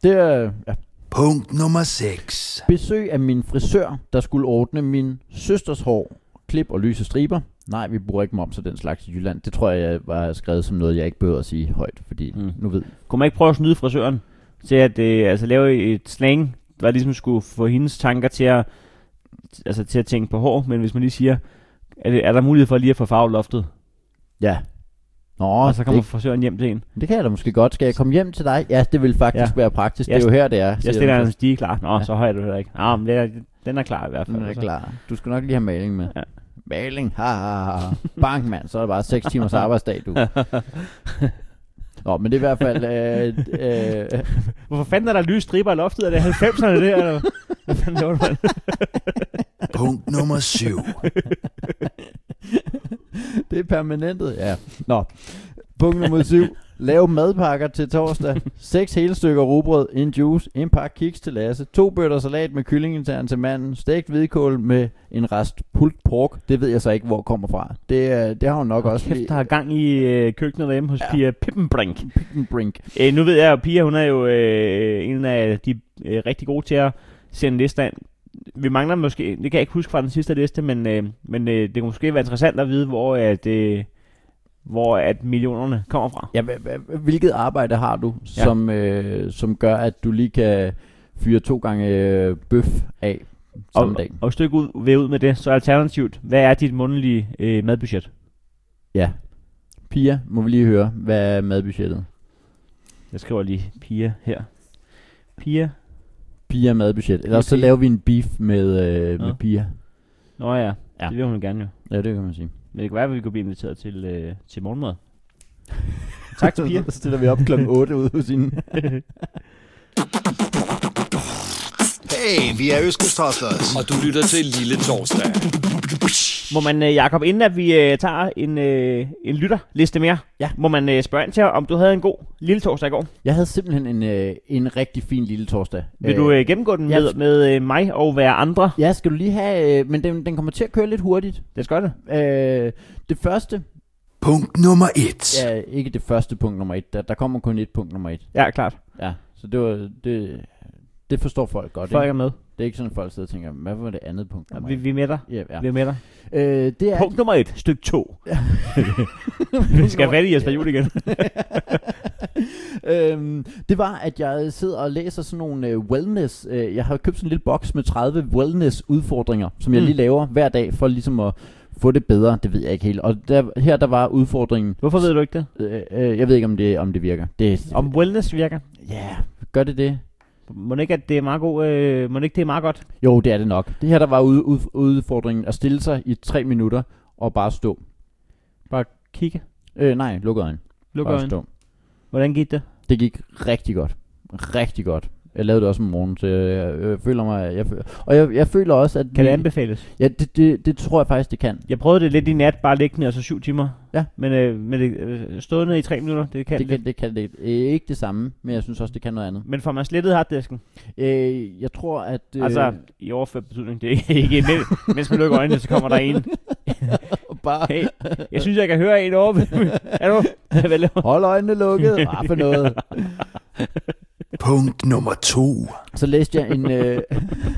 [SPEAKER 2] det er ja.
[SPEAKER 4] Punkt nummer 6.
[SPEAKER 2] besøg af min frisør, der skulle ordne min søsters hår, klip og lyse striber. Nej, vi bruger ikke moms og den slags i Jylland. Det tror jeg var skrevet som noget, jeg ikke behøver at sige højt, fordi
[SPEAKER 3] Mm.
[SPEAKER 2] mm. nu ved
[SPEAKER 3] Kunne man ikke prøve at snyde frisøren til at øh, altså, lave et slang, der ligesom skulle få hendes tanker til at, altså, til at tænke på hår, men hvis man lige siger, er, det, er der mulighed for lige at få farvet loftet?
[SPEAKER 2] Ja. Nå,
[SPEAKER 3] Og så kommer
[SPEAKER 2] det,
[SPEAKER 3] frisøren hjem til en.
[SPEAKER 2] det kan jeg da måske godt. Skal jeg komme hjem til dig? Ja, det vil faktisk
[SPEAKER 3] Ja.
[SPEAKER 2] ja. være praktisk.
[SPEAKER 3] Jeg
[SPEAKER 2] det er jo her, det er. siger
[SPEAKER 3] Jeg stiller
[SPEAKER 2] den
[SPEAKER 3] en stige klar. Nå,
[SPEAKER 2] Ja.
[SPEAKER 3] ja. så høj er du heller ikke. Nå, men den er, den er klar i hvert
[SPEAKER 2] så.
[SPEAKER 3] fald.
[SPEAKER 2] Den er
[SPEAKER 3] altså.
[SPEAKER 2] klar. Du skal nok lige have maling med.
[SPEAKER 3] Ja.
[SPEAKER 2] Maling, ha, ha, ha. Bank, mand. Så er det bare 6 timers arbejdsdag, du. Nå, men det er i hvert fald... Øh, øh,
[SPEAKER 3] Hvorfor fanden er der lyse striber i loftet? Er det 90'erne det? Eller? Hvad fanden laver du, mand?
[SPEAKER 4] Punkt nummer 7.
[SPEAKER 2] Det er permanentet, ja. Nå, punkt nummer 7. Lav madpakker til torsdag. Seks hele stykker rugbrød, en juice, en pakke kiks til Lasse, to bøtter salat med kyllingintern til manden, stegt hvidkål med en rest pulled pork. Det ved jeg så ikke, hvor kommer fra. Det, øh, det har hun nok også
[SPEAKER 3] Kæft, der har gang i øh, køkkenet derhjemme hos
[SPEAKER 2] Ja.
[SPEAKER 3] ja. Pia Pippenbrink.
[SPEAKER 2] en brink.
[SPEAKER 3] Øh, nu ved jeg jo, Pia, hun er jo øh, en af de øh, rigtig gode til at sende lister ind. Vi mangler måske, det kan jeg ikke huske fra den sidste liste, men, øh, men øh, det kunne måske være interessant at vide, hvor at, øh, hvor at millionerne kommer fra.
[SPEAKER 2] Ja, hva- hva- hvilket arbejde har du, som, øh, som gør, at du lige kan fyre to gange øh, bøf af samme
[SPEAKER 3] Og,
[SPEAKER 2] dag?
[SPEAKER 3] og stykke ud, ved ud med det, så alternativt, hvad er dit månedlige øh, madbudget?
[SPEAKER 2] Ja. Pia, må vi lige høre, hvad er madbudgettet?
[SPEAKER 3] Jeg skriver lige Pia her. Pia?
[SPEAKER 2] Pia madbudget. Eller så
[SPEAKER 3] Okay.
[SPEAKER 2] laver vi en beef med, øh, med
[SPEAKER 3] Nå.
[SPEAKER 2] Pia.
[SPEAKER 3] Nå ja,
[SPEAKER 2] Ja.
[SPEAKER 3] ja. det vil hun gerne jo.
[SPEAKER 2] Ja, det kan man sige.
[SPEAKER 3] Men det kan være, at vi kunne blive inviteret til, øh, til morgenmad. Tak til Pia.
[SPEAKER 2] Så stiller vi op klokken 8 ude hos hende.
[SPEAKER 5] Hey, vi er Øskes Tostas.
[SPEAKER 6] Og du lytter til Lille Torsdag.
[SPEAKER 3] Må man, øh, Jakob, inden at vi øh, tager en, øh, en lytterliste mere,
[SPEAKER 2] Ja.
[SPEAKER 3] må man øh, spørge ind til, om du havde en god lille torsdag i går?
[SPEAKER 2] Jeg havde simpelthen en, øh, en rigtig fin lille torsdag.
[SPEAKER 3] Vil du øh, gennemgå den
[SPEAKER 2] ja.
[SPEAKER 3] med, med øh, mig og hver andre?
[SPEAKER 2] Ja, skal du lige have... Øh, men den, den kommer til at køre lidt hurtigt.
[SPEAKER 3] Det skal det.
[SPEAKER 2] Øh, det første...
[SPEAKER 4] Punkt nummer 1.
[SPEAKER 2] Ja, ikke det første punkt nummer et. Der, der kommer kun et punkt nummer et.
[SPEAKER 3] Ja, klart.
[SPEAKER 2] Ja, så det var... Det, det forstår folk godt,
[SPEAKER 3] Folk
[SPEAKER 2] ikke?
[SPEAKER 3] er med.
[SPEAKER 2] Det er ikke sådan, at folk sidder og tænker, hvad var det andet punkt
[SPEAKER 3] Ja,
[SPEAKER 2] nummer
[SPEAKER 3] vi,
[SPEAKER 2] et?
[SPEAKER 3] vi er med dig.
[SPEAKER 2] Ja, ja.
[SPEAKER 3] Vi er med dig.
[SPEAKER 2] Øh, det er...
[SPEAKER 3] Punkt nummer et, stykke to. vi skal have fat i Jesper Juhl igen.
[SPEAKER 2] øhm, det var, at jeg sidder og læser sådan nogle øh, wellness... Øh, jeg har købt sådan en lille boks med 30 wellness-udfordringer, som jeg
[SPEAKER 3] Mm.
[SPEAKER 2] lige laver hver dag for ligesom at få det bedre. Det ved jeg ikke helt. Og der, her der var udfordringen...
[SPEAKER 3] Hvorfor ved du ikke det?
[SPEAKER 2] Øh, øh, jeg ved ikke, om det, om det virker. Det,
[SPEAKER 3] Om wellness virker.
[SPEAKER 2] Ja, yeah, gør det det?
[SPEAKER 3] Må det ikke, at det er meget, god, øh, må det ikke, det er meget godt?
[SPEAKER 2] Jo, det er det nok. Det her, der var ude, ud, udfordringen at stille sig i tre minutter og bare stå.
[SPEAKER 3] Bare kigge.
[SPEAKER 2] Øh, nej, luk øjnene.
[SPEAKER 3] Luk
[SPEAKER 2] Bare
[SPEAKER 3] øjnene.
[SPEAKER 2] stå.
[SPEAKER 3] Hvordan gik det?
[SPEAKER 2] Det gik rigtig godt. Rigtig godt. Jeg lavede det også om morgenen, så jeg, jeg, jeg føler mig... Jeg, føl- og jeg, jeg føler også, at...
[SPEAKER 3] Kan det
[SPEAKER 2] vi-
[SPEAKER 3] anbefales?
[SPEAKER 2] Ja, det, det, det tror jeg faktisk, det kan.
[SPEAKER 3] Jeg prøvede det lidt i nat, bare liggende, og så syv timer.
[SPEAKER 2] Ja.
[SPEAKER 3] Men, øh, men det, øh, stående i tre minutter, det kan
[SPEAKER 2] Det
[SPEAKER 3] det.
[SPEAKER 2] kan det, kan det øh, ikke det samme, men jeg synes også, det kan noget andet.
[SPEAKER 3] Men får man slettet harddisken?
[SPEAKER 2] Øh, jeg tror, at... Øh,
[SPEAKER 3] Altså, i overført betydning, det er ikke men, mens man lukker øjnene, så kommer der en.
[SPEAKER 2] bare...
[SPEAKER 3] Hey, jeg synes, jeg kan høre en over. er du? Hvad laver
[SPEAKER 2] Hold øjnene lukkede. Ah, for noget.
[SPEAKER 4] Punkt nummer to.
[SPEAKER 2] Så læste jeg en øh,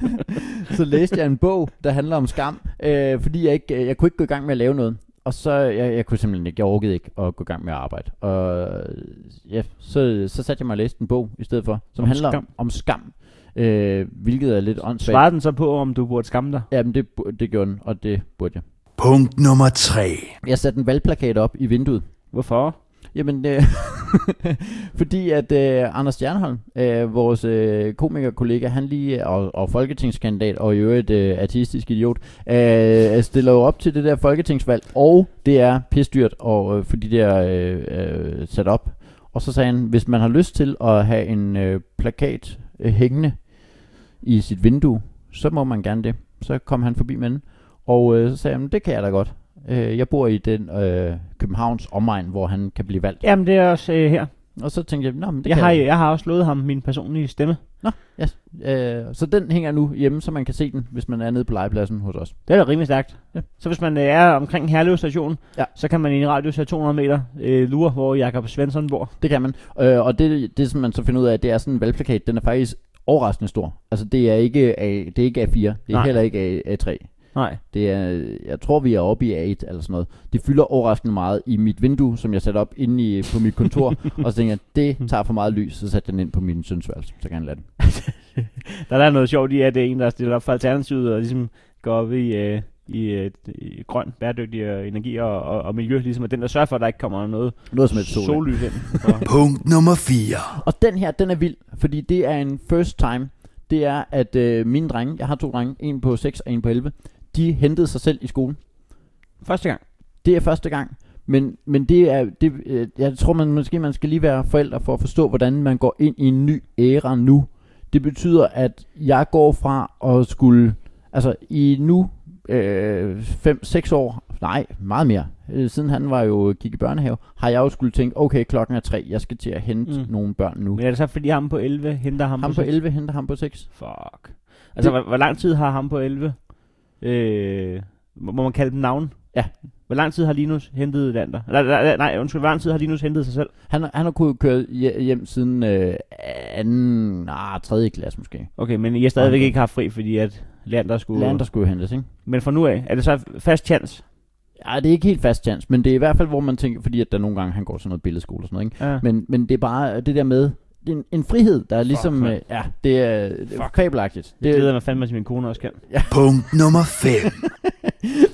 [SPEAKER 2] så læste jeg en bog, der handler om skam, øh, fordi jeg ikke jeg kunne ikke gå i gang med at lave noget. Og så jeg, jeg kunne simpelthen ikke, jeg orkede ikke at gå i gang med at arbejde. Og ja, så, så satte jeg mig og læste en bog i stedet for, som
[SPEAKER 3] Om
[SPEAKER 2] om handler
[SPEAKER 3] skam.
[SPEAKER 2] skam. om skam, øh, hvilket er lidt åndssvagt.
[SPEAKER 3] Svarer den så på, om du burde skamme dig?
[SPEAKER 2] Jamen det, bu- det gjorde den, og det burde jeg.
[SPEAKER 4] Punkt nummer tre.
[SPEAKER 2] Jeg satte en valgplakat op i vinduet.
[SPEAKER 3] Hvorfor?
[SPEAKER 2] Jamen, øh, fordi at øh, Anders Stjernholm, øh, vores øh, komikerkollega, han lige, og, og folketingskandidat, og i øvrigt øh, artistisk idiot, øh, stiller jo op til det der folketingsvalg, og det er pisdyrt og, øh, for de der øh, øh, sat op. Og så sagde han, hvis man har lyst til at have en øh, plakat øh, hængende i sit vindue, så må man gerne det. Så kom han forbi med den, og øh, så sagde han, det kan jeg da godt. Øh, jeg bor i den øh, Københavns omegn, hvor han kan blive valgt.
[SPEAKER 3] Jamen, det er også øh, her.
[SPEAKER 2] Og så tænkte jeg, Nå, men det
[SPEAKER 3] Jeg
[SPEAKER 2] kan
[SPEAKER 3] har,
[SPEAKER 2] jeg.
[SPEAKER 3] jeg har også slået ham min personlige stemme.
[SPEAKER 2] Øh, så den hænger nu hjemme, så man kan se den, hvis man er nede på legepladsen hos os.
[SPEAKER 3] Det er da rimelig stærkt.
[SPEAKER 2] Ja.
[SPEAKER 3] Så hvis man øh, er omkring Herlev station,
[SPEAKER 2] Ja.
[SPEAKER 3] så kan man i en radius af 200 meter øh, lure, hvor Jakob Svensson bor.
[SPEAKER 2] Det kan man. Øh, og det, det, som man så finder ud af, det er sådan en valgplakat, den er faktisk overraskende stor. Altså, det er ikke, A, det er ikke A4, det er
[SPEAKER 3] Nej.
[SPEAKER 2] Nej. heller ikke A, A3.
[SPEAKER 3] Nej.
[SPEAKER 2] Det er, jeg tror, vi er oppe i A1 eller sådan noget. Det fylder overraskende meget i mit vindue, som jeg satte op inde i, på mit kontor. og så tænkte jeg, det tager for meget lys, så satte jeg den ind på min sønsværelse. Så kan han lade den.
[SPEAKER 3] Der er da noget sjovt i, at det er en, der stiller op for Alternativet og ligesom går op i, øh, i, øh, i grøn, bæredygtig øh, energi og, og, og miljø, ligesom at den, der sørger for, at der ikke kommer noget
[SPEAKER 2] Noget som et sol.
[SPEAKER 3] sollys ind. Og-
[SPEAKER 4] Punkt nummer fire.
[SPEAKER 2] Og den her, den er vild, fordi det er en first time. Det er, at øh, mine drenge, jeg har to drenge, en på 6 og en på 11, de hentede sig selv i skolen.
[SPEAKER 3] Første gang.
[SPEAKER 2] Det er første gang. Men, men det er, det, øh, jeg tror man, måske man skal lige være forældre for at forstå, hvordan man går ind i en ny æra nu. Det betyder, at jeg går fra at skulle, altså i nu 5-6 år, nej, meget mere, øh, siden han var jo gik i børnehave, har jeg jo skulle tænke, okay, klokken er tre, jeg skal til at hente
[SPEAKER 3] Mm.
[SPEAKER 2] mm. nogle børn nu.
[SPEAKER 3] Men er det så, fordi ham på 11 henter ham,
[SPEAKER 2] Ham på
[SPEAKER 3] seks?
[SPEAKER 2] 11 henter ham på 6.
[SPEAKER 3] Fuck. Altså, hvor, hvor lang tid har ham på 11? Øh, må må man kalde dem navn?
[SPEAKER 2] Ja.
[SPEAKER 3] Hvor lang tid har Linus hentet Lander? Nej, nej, nej, nej, undskyld, hvor lang tid har Linus hentet sig selv?
[SPEAKER 2] Han, han har kunnet køre hje- hjem siden øh, anden, ah, tredje klasse måske.
[SPEAKER 3] Okay, men I har stadigvæk ikke haft fri, fordi at Lander skulle...
[SPEAKER 2] Land, der skulle jo hentes, ikke?
[SPEAKER 3] Men fra nu af, er det så fast chance?
[SPEAKER 2] Ja, det er ikke helt fast chance, men det er i hvert fald, hvor man tænker, fordi at der nogle gange, han går sådan noget billedskole og sådan noget, ikke?
[SPEAKER 3] Ja.
[SPEAKER 2] Men, men det er bare øh, det der med, det er en, en frihed, der er ligesom,
[SPEAKER 3] mand.
[SPEAKER 2] øh, ja, det er
[SPEAKER 3] Fuck.
[SPEAKER 2] Fuck. fabelagtigt.
[SPEAKER 3] Det glæder
[SPEAKER 2] Det,
[SPEAKER 3] jeg mig fandme til min kone også kan.
[SPEAKER 4] Punkt nummer fem.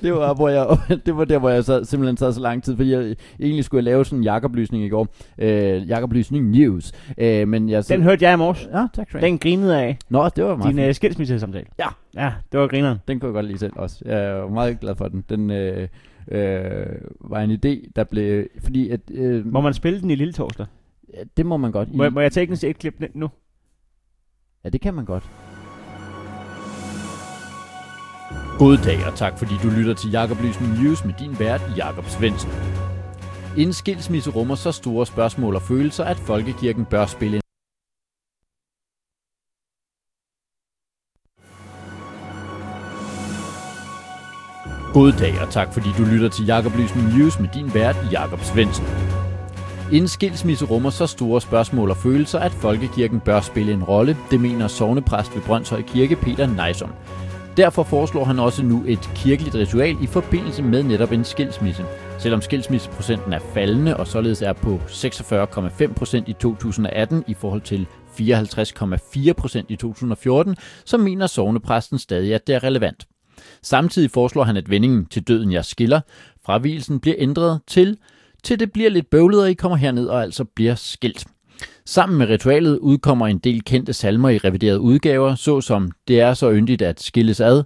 [SPEAKER 2] det, var, hvor jeg, det var der, hvor jeg sad, simpelthen sad så lang tid, fordi jeg egentlig skulle jeg lave sådan en jakoblysning i går. Øh, jakoblysning news. Øh, men jeg
[SPEAKER 3] Den hørte jeg i morges.
[SPEAKER 2] Ja, tak skal du have.
[SPEAKER 3] Den grinede af
[SPEAKER 2] Nå, det var meget
[SPEAKER 3] din uh, skilsmissesamtale.
[SPEAKER 2] Ja.
[SPEAKER 3] Ja, det var grineren.
[SPEAKER 2] Den kunne jeg godt lide selv også. Jeg er meget glad for den. Den øh, øh, var en idé, der blev... Fordi at... Øh,
[SPEAKER 3] Må man spille den i Lille Torsdag?
[SPEAKER 2] ja, det må man godt.
[SPEAKER 3] Må, jeg- må jeg teknisk ikke klippe den ind nu?
[SPEAKER 2] Ja, det kan man godt. God dag og tak fordi du lytter til Jakob Lysen News med din vært Jakob Svendsen. En skilsmisse rummer så store spørgsmål og følelser, at Folkekirken bør spille en God dag og tak fordi du lytter til Jakob Lysen News med din vært Jakob Svendsen. En skilsmisse rummer så store spørgsmål og følelser, at folkekirken bør spille en rolle, det mener sovnepræst ved Brøndshøj Kirke Peter Nejsom. Derfor foreslår han også nu et kirkeligt ritual i forbindelse med netop en skilsmisse. Selvom skilsmisseprocenten er faldende og således er på 46,5% i 2018 i forhold til 54,4% i 2014, så mener sovnepræsten stadig, at det er relevant. Samtidig foreslår han, at vendingen til døden jeg skiller fra hvilesen bliver ændret til, til det bliver lidt bøvlet, og I kommer herned og altså bliver skilt. Sammen med ritualet udkommer en del kendte salmer i reviderede udgaver, såsom Det er så yndigt at skilles ad,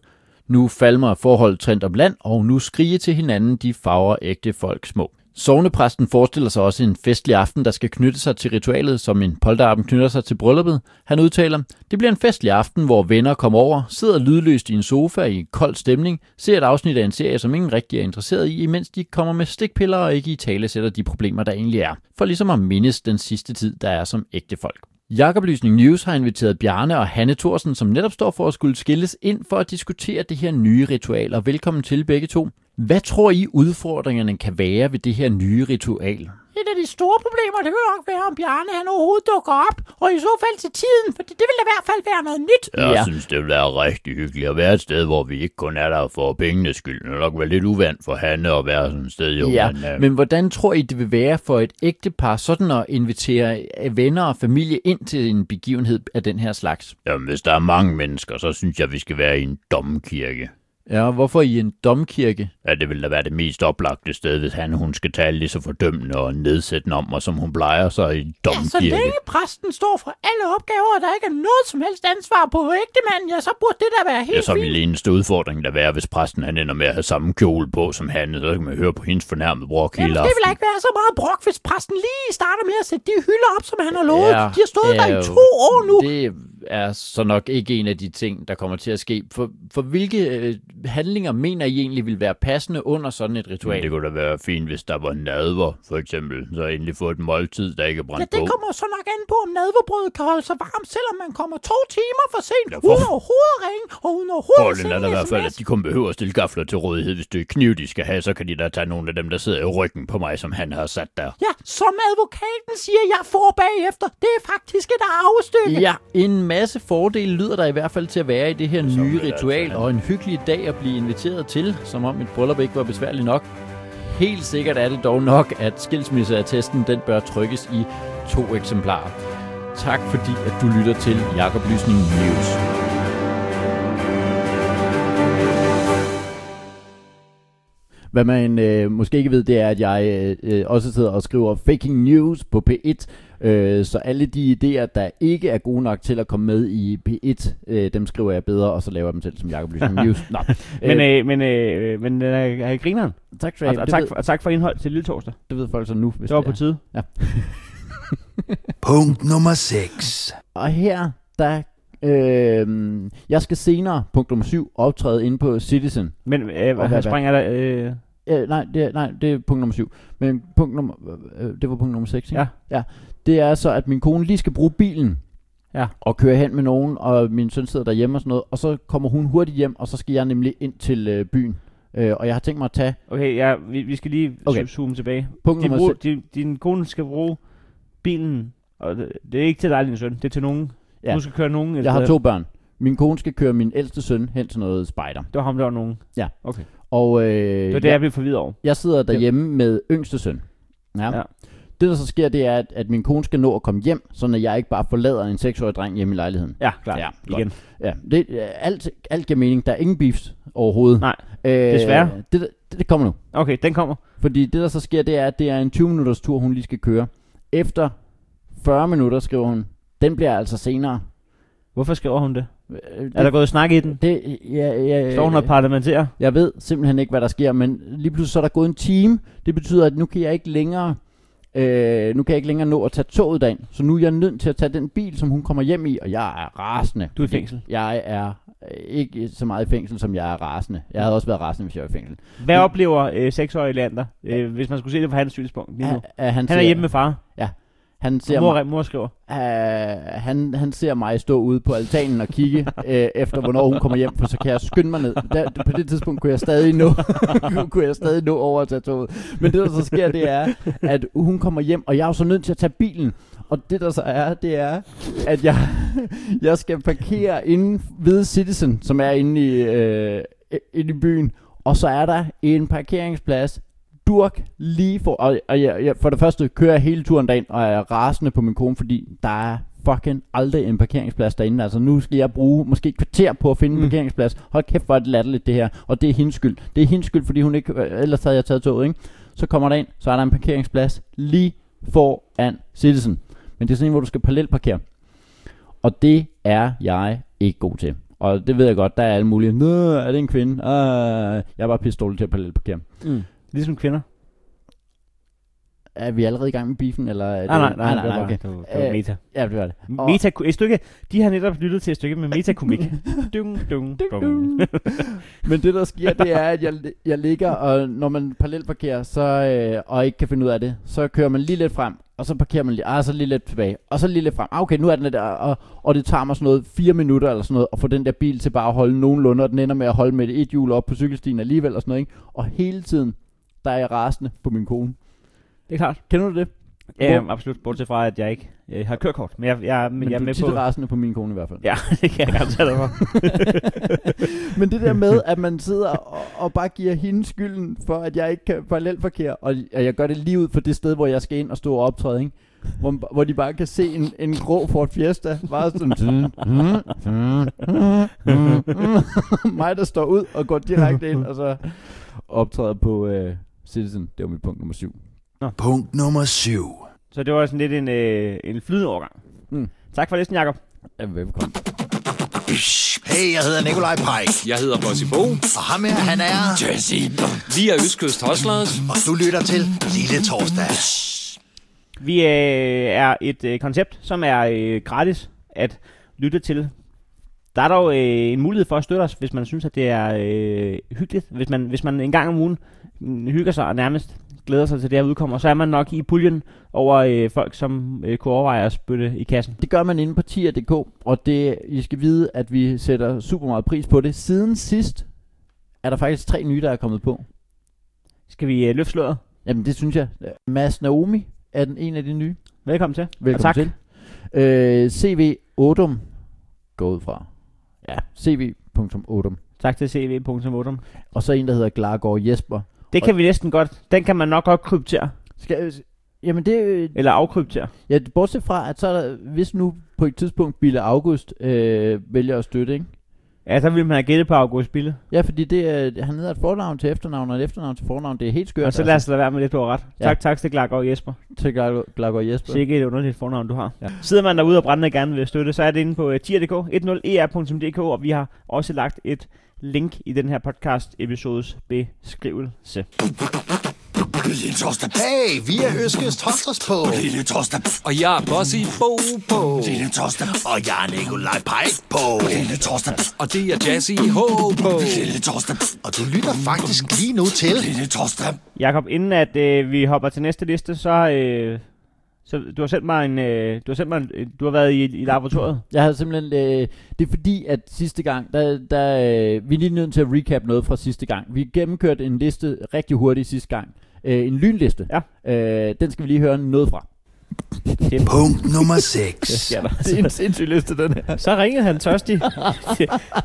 [SPEAKER 2] Nu falmer forhold trent om land, og Nu skrige til hinanden de farver ægte folk små. Sovnepræsten forestiller sig også en festlig aften, der skal knytte sig til ritualet, som en polterappen knytter sig til brylluppet. Han udtaler, det bliver en festlig aften, hvor venner kommer over, sidder lydløst i en sofa i kold stemning, ser et afsnit af en serie, som ingen rigtig er interesseret i, imens de kommer med stikpiller og ikke i tale sætter de problemer, der egentlig er, for ligesom at mindes den sidste tid, der er som ægte folk. Jakob Lysning News har inviteret Bjarne og Hanne Thorsen, som netop står for at skulle skilles ind for at diskutere det her nye ritual, og velkommen til begge to. Hvad tror I udfordringerne kan være ved det her nye ritual? Et af de store problemer, det vil nok være, om Bjarne han overhovedet dukker op, og i så fald til tiden, for det vil i hvert fald være noget nyt.
[SPEAKER 7] Jeg ja. synes, det ville være rigtig hyggeligt at være et sted, hvor vi ikke kun er der for pengenes skyld. Det vil nok være lidt uvandt for Hanne at være sådan et sted, jo.
[SPEAKER 2] Ja,
[SPEAKER 7] men, øh,
[SPEAKER 2] men hvordan tror I, det vil være for et ægtepar sådan at invitere øh, venner og familie ind til en begivenhed af den her slags?
[SPEAKER 7] jamen, hvis der er mange mennesker, så synes jeg, vi skal være i en domkirke.
[SPEAKER 2] Ja, hvorfor i en domkirke?
[SPEAKER 7] Ja, det ville da være det mest oplagte sted, hvis han hun skal tale lige så fordømmende og nedsættende om mig, som hun plejer sig i en
[SPEAKER 2] Altså,
[SPEAKER 7] domkirke. Ja,
[SPEAKER 2] præsten står for alle opgaver, og der ikke er noget som helst ansvar på ægtemanden, ja, så burde det da være helt
[SPEAKER 7] Ja, så ville eneste udfordring der være, hvis præsten han ender med at have samme kjole på som han, så kan man høre på hendes fornærmede brok hele aftenen.
[SPEAKER 2] ikke være så meget brok, hvis præsten lige starter med at sætte de hylder op, som han har
[SPEAKER 7] år
[SPEAKER 2] Det er så nok ikke en af de ting, der kommer til at ske. For, for hvilke øh, handlinger mener I egentlig vil være passende under sådan et ritual?
[SPEAKER 7] Men det kunne da være fint, hvis der var nadver, for eksempel. Så endelig få et måltid, der ikke er brændt på.
[SPEAKER 2] kommer så nok an på, om nadverbrødet kan holde sig varmt, selvom man kommer to timer for sent,
[SPEAKER 7] Ja, for- uden
[SPEAKER 2] overhovedet at ringe, og uden overhovedet
[SPEAKER 7] Fordelen er da i hvert fald, at de kun behøver at stille gafler til rådighed. Hvis det er kniv, de skal have, så kan de da tage nogle af dem, der sidder i ryggen på mig, som han har sat der.
[SPEAKER 2] Ja, som advokaten siger, jeg får bagefter. Det er faktisk et arvestykke. Ja, en masse fordele lyder der i hvert fald til at være i det her nye
[SPEAKER 7] vil jeg
[SPEAKER 2] ritual,
[SPEAKER 7] altså have.
[SPEAKER 2] og en hyggelig dag at blive inviteret til, som om mit bryllup ikke var besværligt nok. Helt sikkert er det dog nok, at skilsmisseattesten den bør trykkes i to eksemplarer. Tak fordi, at du lytter til Jakob Lysning News. Hvad man øh, måske ikke ved, det er, at jeg øh, øh, også sidder og skriver faking news på P1. Øh, så alle de idéer, der ikke er gode nok til at komme med i P1, øh, dem skriver jeg bedre, og så laver jeg dem selv som Jacob Lysning News. Nå,
[SPEAKER 3] Men, øh, men, øh, men den er, er grineren.
[SPEAKER 2] tak skal
[SPEAKER 3] Og,
[SPEAKER 2] du have.
[SPEAKER 3] og,
[SPEAKER 2] Det
[SPEAKER 3] tak
[SPEAKER 2] ved-
[SPEAKER 3] for, og tak for indhold til Lille Torsdag.
[SPEAKER 2] Det ved folk så nu, hvis
[SPEAKER 3] Det var på
[SPEAKER 2] er.
[SPEAKER 3] tide.
[SPEAKER 4] Punkt nummer 6.
[SPEAKER 2] Og her, der... Øh, jeg skal senere, punkt nummer 7, optræde inde på Citizen.
[SPEAKER 3] Men øh,
[SPEAKER 2] hvad-
[SPEAKER 3] hvad,
[SPEAKER 2] hvad?
[SPEAKER 3] hvad springer der? Øh,
[SPEAKER 2] Øh, nej, det er, nej, det er punkt nummer 7. Men punkt nummer, øh, det var punkt nummer 6, ikke?
[SPEAKER 3] Ja.
[SPEAKER 2] ja. Det er så, at min kone lige skal bruge bilen.
[SPEAKER 3] Ja.
[SPEAKER 2] Og køre hen med nogen, og min søn sidder derhjemme og sådan noget. Og så kommer hun hurtigt hjem, og så skal jeg nemlig ind til øh, byen. Øh, og jeg har tænkt mig at tage
[SPEAKER 3] okay, ja, vi, vi skal lige
[SPEAKER 2] Okay.
[SPEAKER 3] okay. zoome tilbage.
[SPEAKER 2] punkt
[SPEAKER 3] De
[SPEAKER 2] nummer
[SPEAKER 3] bruger,
[SPEAKER 2] 6.
[SPEAKER 3] de, din kone skal bruge bilen, og det, det er ikke til dig, din søn. Det er til nogen.
[SPEAKER 2] Ja.
[SPEAKER 3] Ja. Du skal køre nogen. et
[SPEAKER 2] Jeg har
[SPEAKER 3] sted.
[SPEAKER 2] to børn. Min kone skal køre min ældste søn hen til noget spejder.
[SPEAKER 3] Det var ham, der var nogen.
[SPEAKER 2] Ja.
[SPEAKER 3] Okay.
[SPEAKER 2] Og øh,
[SPEAKER 3] Det var det,
[SPEAKER 2] jeg-
[SPEAKER 3] jeg blev forvirret over.
[SPEAKER 2] Jeg sidder derhjemme med yngste søn. Ja. ja.
[SPEAKER 3] Ja.
[SPEAKER 2] Det, der så sker, det er, at, at min kone skal nå at komme hjem, så jeg ikke bare forlader en seksårig dreng hjemme i lejligheden.
[SPEAKER 3] Ja, klart.
[SPEAKER 2] Ja,
[SPEAKER 3] Ja,
[SPEAKER 2] godt.
[SPEAKER 3] Igen.
[SPEAKER 2] Ja, det, øh, alt, alt giver mening. Der er ingen beefs overhovedet.
[SPEAKER 3] Nej,
[SPEAKER 2] øh,
[SPEAKER 3] desværre.
[SPEAKER 2] Det, der- det kommer nu.
[SPEAKER 3] Okay, den kommer.
[SPEAKER 2] Fordi det, der så sker, det er, at det er en 20-minutters tur, hun lige skal køre. Efter 40 minutter, skriver hun, den bliver altså senere.
[SPEAKER 3] Hvorfor skriver hun det?
[SPEAKER 2] Øh,
[SPEAKER 3] Er der gået snak i den?
[SPEAKER 2] det, ja, ja,
[SPEAKER 3] Står hun og parlamenterer?
[SPEAKER 2] Jeg ved simpelthen ikke, hvad der sker, men lige pludselig så er der gået en time. Det betyder, at nu kan jeg ikke længere, øh, nu kan jeg ikke længere nå at tage toget dagen. Så nu er jeg nødt til at tage den bil, som hun kommer hjem i, og jeg er rasende.
[SPEAKER 3] Du er i fængsel.
[SPEAKER 2] Jeg er øh, ikke så meget i fængsel, som jeg er rasende. Jeg havde også været rasende, hvis jeg var i fængsel.
[SPEAKER 3] Hvad oplever øh, seksårige Leander, øh, hvis man skulle se det fra hans synspunkt lige nu?
[SPEAKER 2] Han, han,
[SPEAKER 3] Han
[SPEAKER 2] ser-
[SPEAKER 3] er hjemme med far,
[SPEAKER 2] Han ser,
[SPEAKER 3] og
[SPEAKER 2] mig,
[SPEAKER 3] mor, mor skriver.
[SPEAKER 2] øh, han, han ser mig stå ude på altanen og kigge øh, efter, hvornår hun kommer hjem, for så kan jeg skynde mig ned. Der, på det tidspunkt kunne jeg stadig nå, kunne jeg stadig nå over at tage toget. Men det, der så sker, det er, at hun kommer hjem, og jeg er jo så nødt til at tage bilen. Og det, der så er, det er, at jeg, jeg skal parkere inde ved Citizen, som er inde i, øh, inde i byen. Og så er der en parkeringsplads durk lige for... Og, og jeg, jeg, for det første kører jeg hele turen dagen, og er rasende på min kone, fordi der er fucking aldrig en parkeringsplads derinde. Altså nu skal jeg bruge måske et kvarter på at finde en
[SPEAKER 3] Mm.
[SPEAKER 2] parkeringsplads. Hold kæft, hvor er det latterligt det her. Og det er hendes skyld. Det er hendes skyld, fordi hun ikke... øh, Ellers havde jeg taget toget, ikke? Så kommer der ind, så er der en parkeringsplads lige foran Citizen. Men det er sådan en, hvor du skal parallelt parkere. Og det er jeg ikke god til. Og det ved jeg godt, der er alle mulige, Nå, er Ah, det en kvinde? Uh, jeg er bare pisse dårlig til at parallelparkere.
[SPEAKER 3] Ligesom kvinder.
[SPEAKER 2] er vi allerede i gang med beefen, eller? Er det,
[SPEAKER 3] Nej, nej, nej, nej, nej, okay.
[SPEAKER 2] okay.
[SPEAKER 3] det, var, det var
[SPEAKER 2] Øh,
[SPEAKER 3] meta.
[SPEAKER 2] Ja, det var det. Og-
[SPEAKER 3] meta et stykke, de har netop lyttet til et stykke med metakomik. dung, dung,
[SPEAKER 2] Ding,
[SPEAKER 3] dung.
[SPEAKER 2] dong. Men det der sker, det er, at jeg, jeg ligger, og når man parallelparkerer, så, øh, og ikke kan finde ud af det, så kører man lige lidt frem, og så parkerer man lige, ah, så lige lidt tilbage, og så lige lidt frem. Ah, okay, nu er den der, og, og det tager mig sådan noget fire minutter eller sådan noget, at få den der bil til bare at holde nogenlunde, og den ender med at holde med et hjul op på cykelstien alligevel og sådan noget, ikke? Og hele tiden, der er jeg rasende på min kone.
[SPEAKER 3] Det er klart.
[SPEAKER 2] Kender du det?
[SPEAKER 3] Ja, jamen, absolut. Bortset fra, at jeg ikke jeg har kørekort. Men jeg, jeg, men
[SPEAKER 2] Men
[SPEAKER 3] jeg er
[SPEAKER 2] du er
[SPEAKER 3] med
[SPEAKER 2] tit
[SPEAKER 3] på...
[SPEAKER 2] rasende på min kone i hvert fald.
[SPEAKER 3] Ja, det kan jeg garantere dig for.
[SPEAKER 2] Men det der med, at man sidder og, og bare giver hende skylden for, at jeg ikke kan parallelparkere, og, og jeg gør det lige ud for det sted, hvor jeg skal ind og stå og optræde, ikke? Hvor, man- hvor de bare kan se en, en grå Ford Fiesta, bare sådan, mig der står ud og går direkte ind, og så optræder på øh, Citizen. Det var mit punkt nummer syv.
[SPEAKER 4] Punkt nummer 7.
[SPEAKER 3] Så det var sådan lidt en, øh, en flydende overgang.
[SPEAKER 2] Mm.
[SPEAKER 3] Mm. Tak for listen, Jacob.
[SPEAKER 2] Ja, Velkommen.
[SPEAKER 5] Hey, jeg hedder Nikolaj Pajk.
[SPEAKER 6] Jeg hedder Bossy Bo.
[SPEAKER 5] Og ham her, han er...
[SPEAKER 6] Jesse. Vi er Østkyst Hustlers.
[SPEAKER 5] Og du lytter til Lille Torsdag.
[SPEAKER 3] Vi øh, er et øh, koncept, som er øh, gratis at lytte til. Der er dog øh, en mulighed for at støtte os, hvis man synes, at det er øh, hyggeligt. Hvis man, hvis man en gang om ugen mm, hygger sig og nærmest glæder sig til det her udkommer, så er man nok i puljen over øh, folk, som øh, kunne overveje at spytte i kassen.
[SPEAKER 2] Det gør man inde på tier.dk, og det, I skal vide, at vi sætter super meget pris på det. Siden sidst er der faktisk tre nye, der er kommet på.
[SPEAKER 3] Skal vi øh, løfte sløret?
[SPEAKER 2] Jamen, det synes jeg. Mads Naomi er den en af de nye.
[SPEAKER 3] Velkommen til.
[SPEAKER 2] Velkommen
[SPEAKER 3] og tak.
[SPEAKER 2] til. Øh, CV Odum går ud fra. Ja, cv.odum.
[SPEAKER 3] Tak til cv.modum.
[SPEAKER 2] Og så en, der hedder Glargaard Jesper.
[SPEAKER 3] Det kan vi næsten godt. Den kan man nok godt kryptere.
[SPEAKER 2] Skal, jamen, det,
[SPEAKER 3] Eller afkryptere.
[SPEAKER 2] Ja, bortset fra, at så er der, hvis nu på et tidspunkt Bille August øh, vælger at støtte, ikke?
[SPEAKER 3] Ja, så ville man have gættet på August Bille.
[SPEAKER 2] Ja, fordi det er, han hedder et fornavn til efternavn, og et efternavn til fornavn. Det er helt skørt.
[SPEAKER 3] Og så lad os lade være med det, du har ret.
[SPEAKER 2] Ja.
[SPEAKER 3] Ja. Tak, tak til Clark og Jesper.
[SPEAKER 2] altså, til Glar- Glargaard Jesper.
[SPEAKER 3] Sikke et underligt fornavn, du har.
[SPEAKER 2] Ja.
[SPEAKER 3] Ja. Sidder man derude og brændende gerne vil støtte, så er det inde på øh, tier.dk, 10er.dk, og vi har også lagt et link i den her podcast episodes beskrivelse.
[SPEAKER 6] Lille Torsdag.
[SPEAKER 5] Hey, vi er Østkyst Hustlers på.
[SPEAKER 6] Lille Torsdag. Og jeg er Bossy Bo på. Lille Torsdag.
[SPEAKER 5] Og jeg er Nikolaj Pajk på.
[SPEAKER 6] Lille Torsdag. Og det er Jesse H på. Lille Torsdag.
[SPEAKER 5] Og du lytter faktisk lige nu til...
[SPEAKER 6] Lille Torsdag.
[SPEAKER 3] Jakob, inden at øh, vi hopper til næste liste, så, øh, så du har sendt mig en, øh, du har sendt mig en, øh, du har været i, i laboratoriet.
[SPEAKER 2] Jeg havde simpelthen, øh, det er fordi, at sidste gang, der, der øh, vi er lige nødt til at recap noget fra sidste gang. Vi gennemkørte en liste rigtig hurtigt sidste gang. Øh, en lynliste. Ja. Øh, den skal vi lige høre noget fra.
[SPEAKER 4] Punkt nummer 6.
[SPEAKER 3] Ja,
[SPEAKER 2] Det er en sindssyg liste, den her.
[SPEAKER 8] Så ringede han tørstig.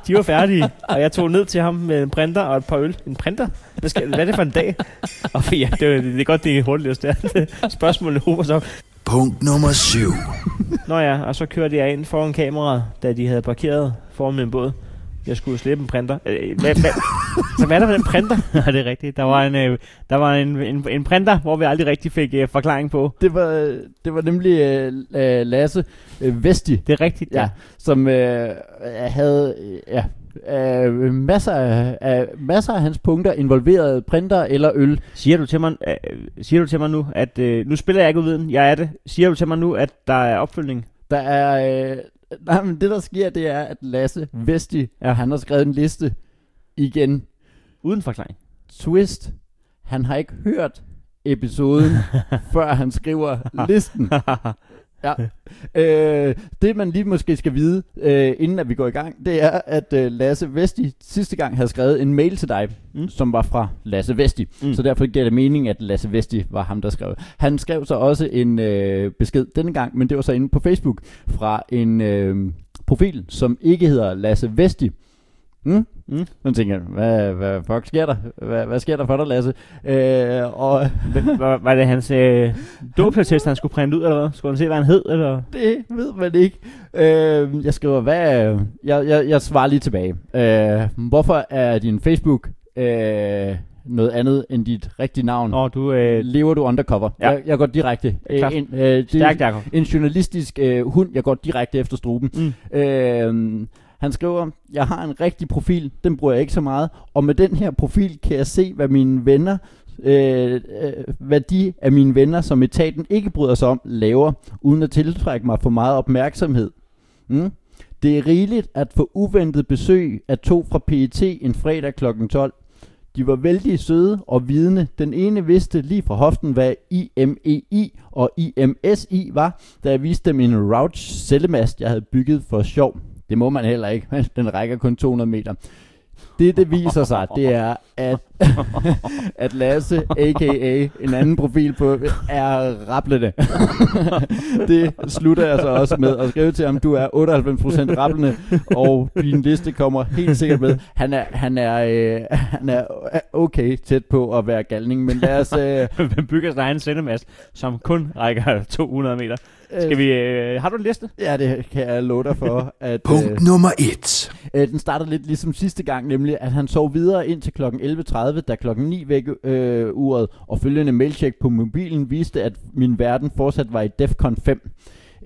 [SPEAKER 8] De var færdige, og jeg tog ned til ham med en printer og et par øl. En printer? Hvad, skal, hvad er det for en dag? Og ja, det, var, det er godt, det er hurtigt løst. Spørgsmålet hober sig op.
[SPEAKER 4] Punkt nummer 7.
[SPEAKER 8] Nå ja, og så kørte jeg ind foran kameraet, da de havde parkeret foran min båd. Jeg skulle slippe en printer. Øh, hvad, hvad? Så hvad er der med den printer? Nej, det er rigtigt. Der var en, øh, der var en, en, en printer, hvor vi aldrig rigtig fik øh, forklaring på.
[SPEAKER 2] Det var, øh, det var nemlig øh, øh, Lasse øh, Vesti,
[SPEAKER 8] Det er rigtigt,
[SPEAKER 2] ja, som øh, havde øh, ja, øh, masser, af, af, masser af hans punkter involverede printer eller øl.
[SPEAKER 3] Siger du til mig, øh, siger du til mig nu, at øh, nu spiller jeg ikke uden, jeg er det. Siger du til mig nu, at der er opfølgning?
[SPEAKER 2] Der er... Øh, nej, men det der sker, det er, at Lasse Vesti, ja.
[SPEAKER 3] Ja.
[SPEAKER 2] han har skrevet en liste igen.
[SPEAKER 3] Uden forklaring.
[SPEAKER 2] Twist. Han har ikke hørt episoden, før han skriver listen. Ja. Øh, det man lige måske skal vide, øh, inden at vi går i gang, det er, at øh, Lasse Vesti sidste gang havde skrevet en mail til dig, mm.
[SPEAKER 3] Mm.
[SPEAKER 2] som var fra Lasse Vesti. Mm.
[SPEAKER 3] Mm.
[SPEAKER 2] Så derfor giver det mening, at Lasse Vesti var ham, der skrev. Han skrev så også en øh, besked denne gang, men det var så inde på Facebook, fra en øh, profil, som ikke hedder Lasse Vesti. Mm? Mm.
[SPEAKER 3] Mm.
[SPEAKER 2] Nu tænker jeg, hvad, hvad fuck sker der? Hvad, hvad sker der for dig, Lasse? Øh, og
[SPEAKER 3] Var, var det hans øh, dopeltest, han skulle printe ud, eller hvad? Skulle han se, hvad han hed, eller?
[SPEAKER 2] Det ved man ikke. Øh, jeg skriver, hvad... øh, Jeg, jeg, jeg svarer lige tilbage. Øh, hvorfor er din Facebook øh, noget andet end dit rigtige navn?
[SPEAKER 3] Nå, du er øh,
[SPEAKER 2] Lever du undercover?
[SPEAKER 3] Ja.
[SPEAKER 2] Jeg, jeg går direkte.
[SPEAKER 3] Ja, klart.
[SPEAKER 2] ind, øh, det er
[SPEAKER 3] stærk, Jacob.
[SPEAKER 2] en journalistisk øh, hund, jeg går direkte efter struben. Mm. Øh, han skriver, jeg har en rigtig profil, den bruger jeg ikke så meget, og med den her profil kan jeg se, hvad mine venner, øh, øh, hvad de af mine venner, som etaten ikke bryder sig om, laver, uden at tiltrække mig for meget opmærksomhed. Mm? Det er rigeligt at få uventet besøg af to fra PET en fredag kl. 12. De var vældig søde og vidne. Den ene vidste lige fra hoften, hvad IMEI og IMSI var, da jeg viste dem en Rouch cellemast, jeg havde bygget for sjov. Det må man heller ikke, men den rækker kun 200 meter. Det, det viser sig, det er, at, at Lasse, a.k.a. en anden profil på, er rapplende. det slutter jeg så også med at skrive til ham, du er 98% rapplende, og din liste kommer helt sikkert med. Han er, han er, øh, han er okay tæt på at være galning, men lad os... Øh,
[SPEAKER 3] Man bygger sin egen sendemast, som kun rækker 200 meter. Skal vi, øh, har du en liste?
[SPEAKER 2] ja, det kan jeg love dig for, at... øh,
[SPEAKER 4] Punkt nummer et.
[SPEAKER 2] Øh, den starter lidt ligesom sidste gang, nemlig at han sov videre indtil kl. 11.30, da kl. 9 væk øh, uret, og følgende mailcheck på mobilen viste, at min verden fortsat var i DEFCON 5.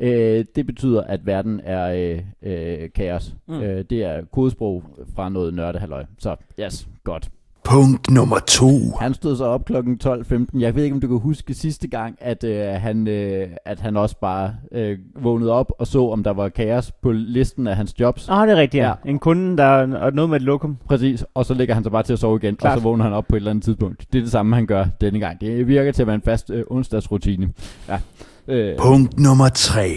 [SPEAKER 2] Øh, det betyder, at verden er øh, øh, kaos. Mm. Øh, det er kodesprog fra noget nørdehalløj. Så yes, godt.
[SPEAKER 4] Punkt nummer to.
[SPEAKER 2] Han stod så op kl. 12.15. Jeg ved ikke, om du kan huske sidste gang, at, øh, han, øh, at han også bare øh, vågnede op og så, om der var kaos på listen af hans jobs.
[SPEAKER 3] Ah, det er rigtigt, ja.
[SPEAKER 2] Ja.
[SPEAKER 3] En kunde, der er noget med et lokum.
[SPEAKER 2] Præcis, og så ligger han så bare til at sove igen, Klart.
[SPEAKER 3] Klart.
[SPEAKER 2] og så vågner han op på et eller andet tidspunkt. Det er det samme, han gør denne gang. Det virker til at være en fast øh, onsdagsrutine. Ja. Øh,
[SPEAKER 4] Punkt nummer tre.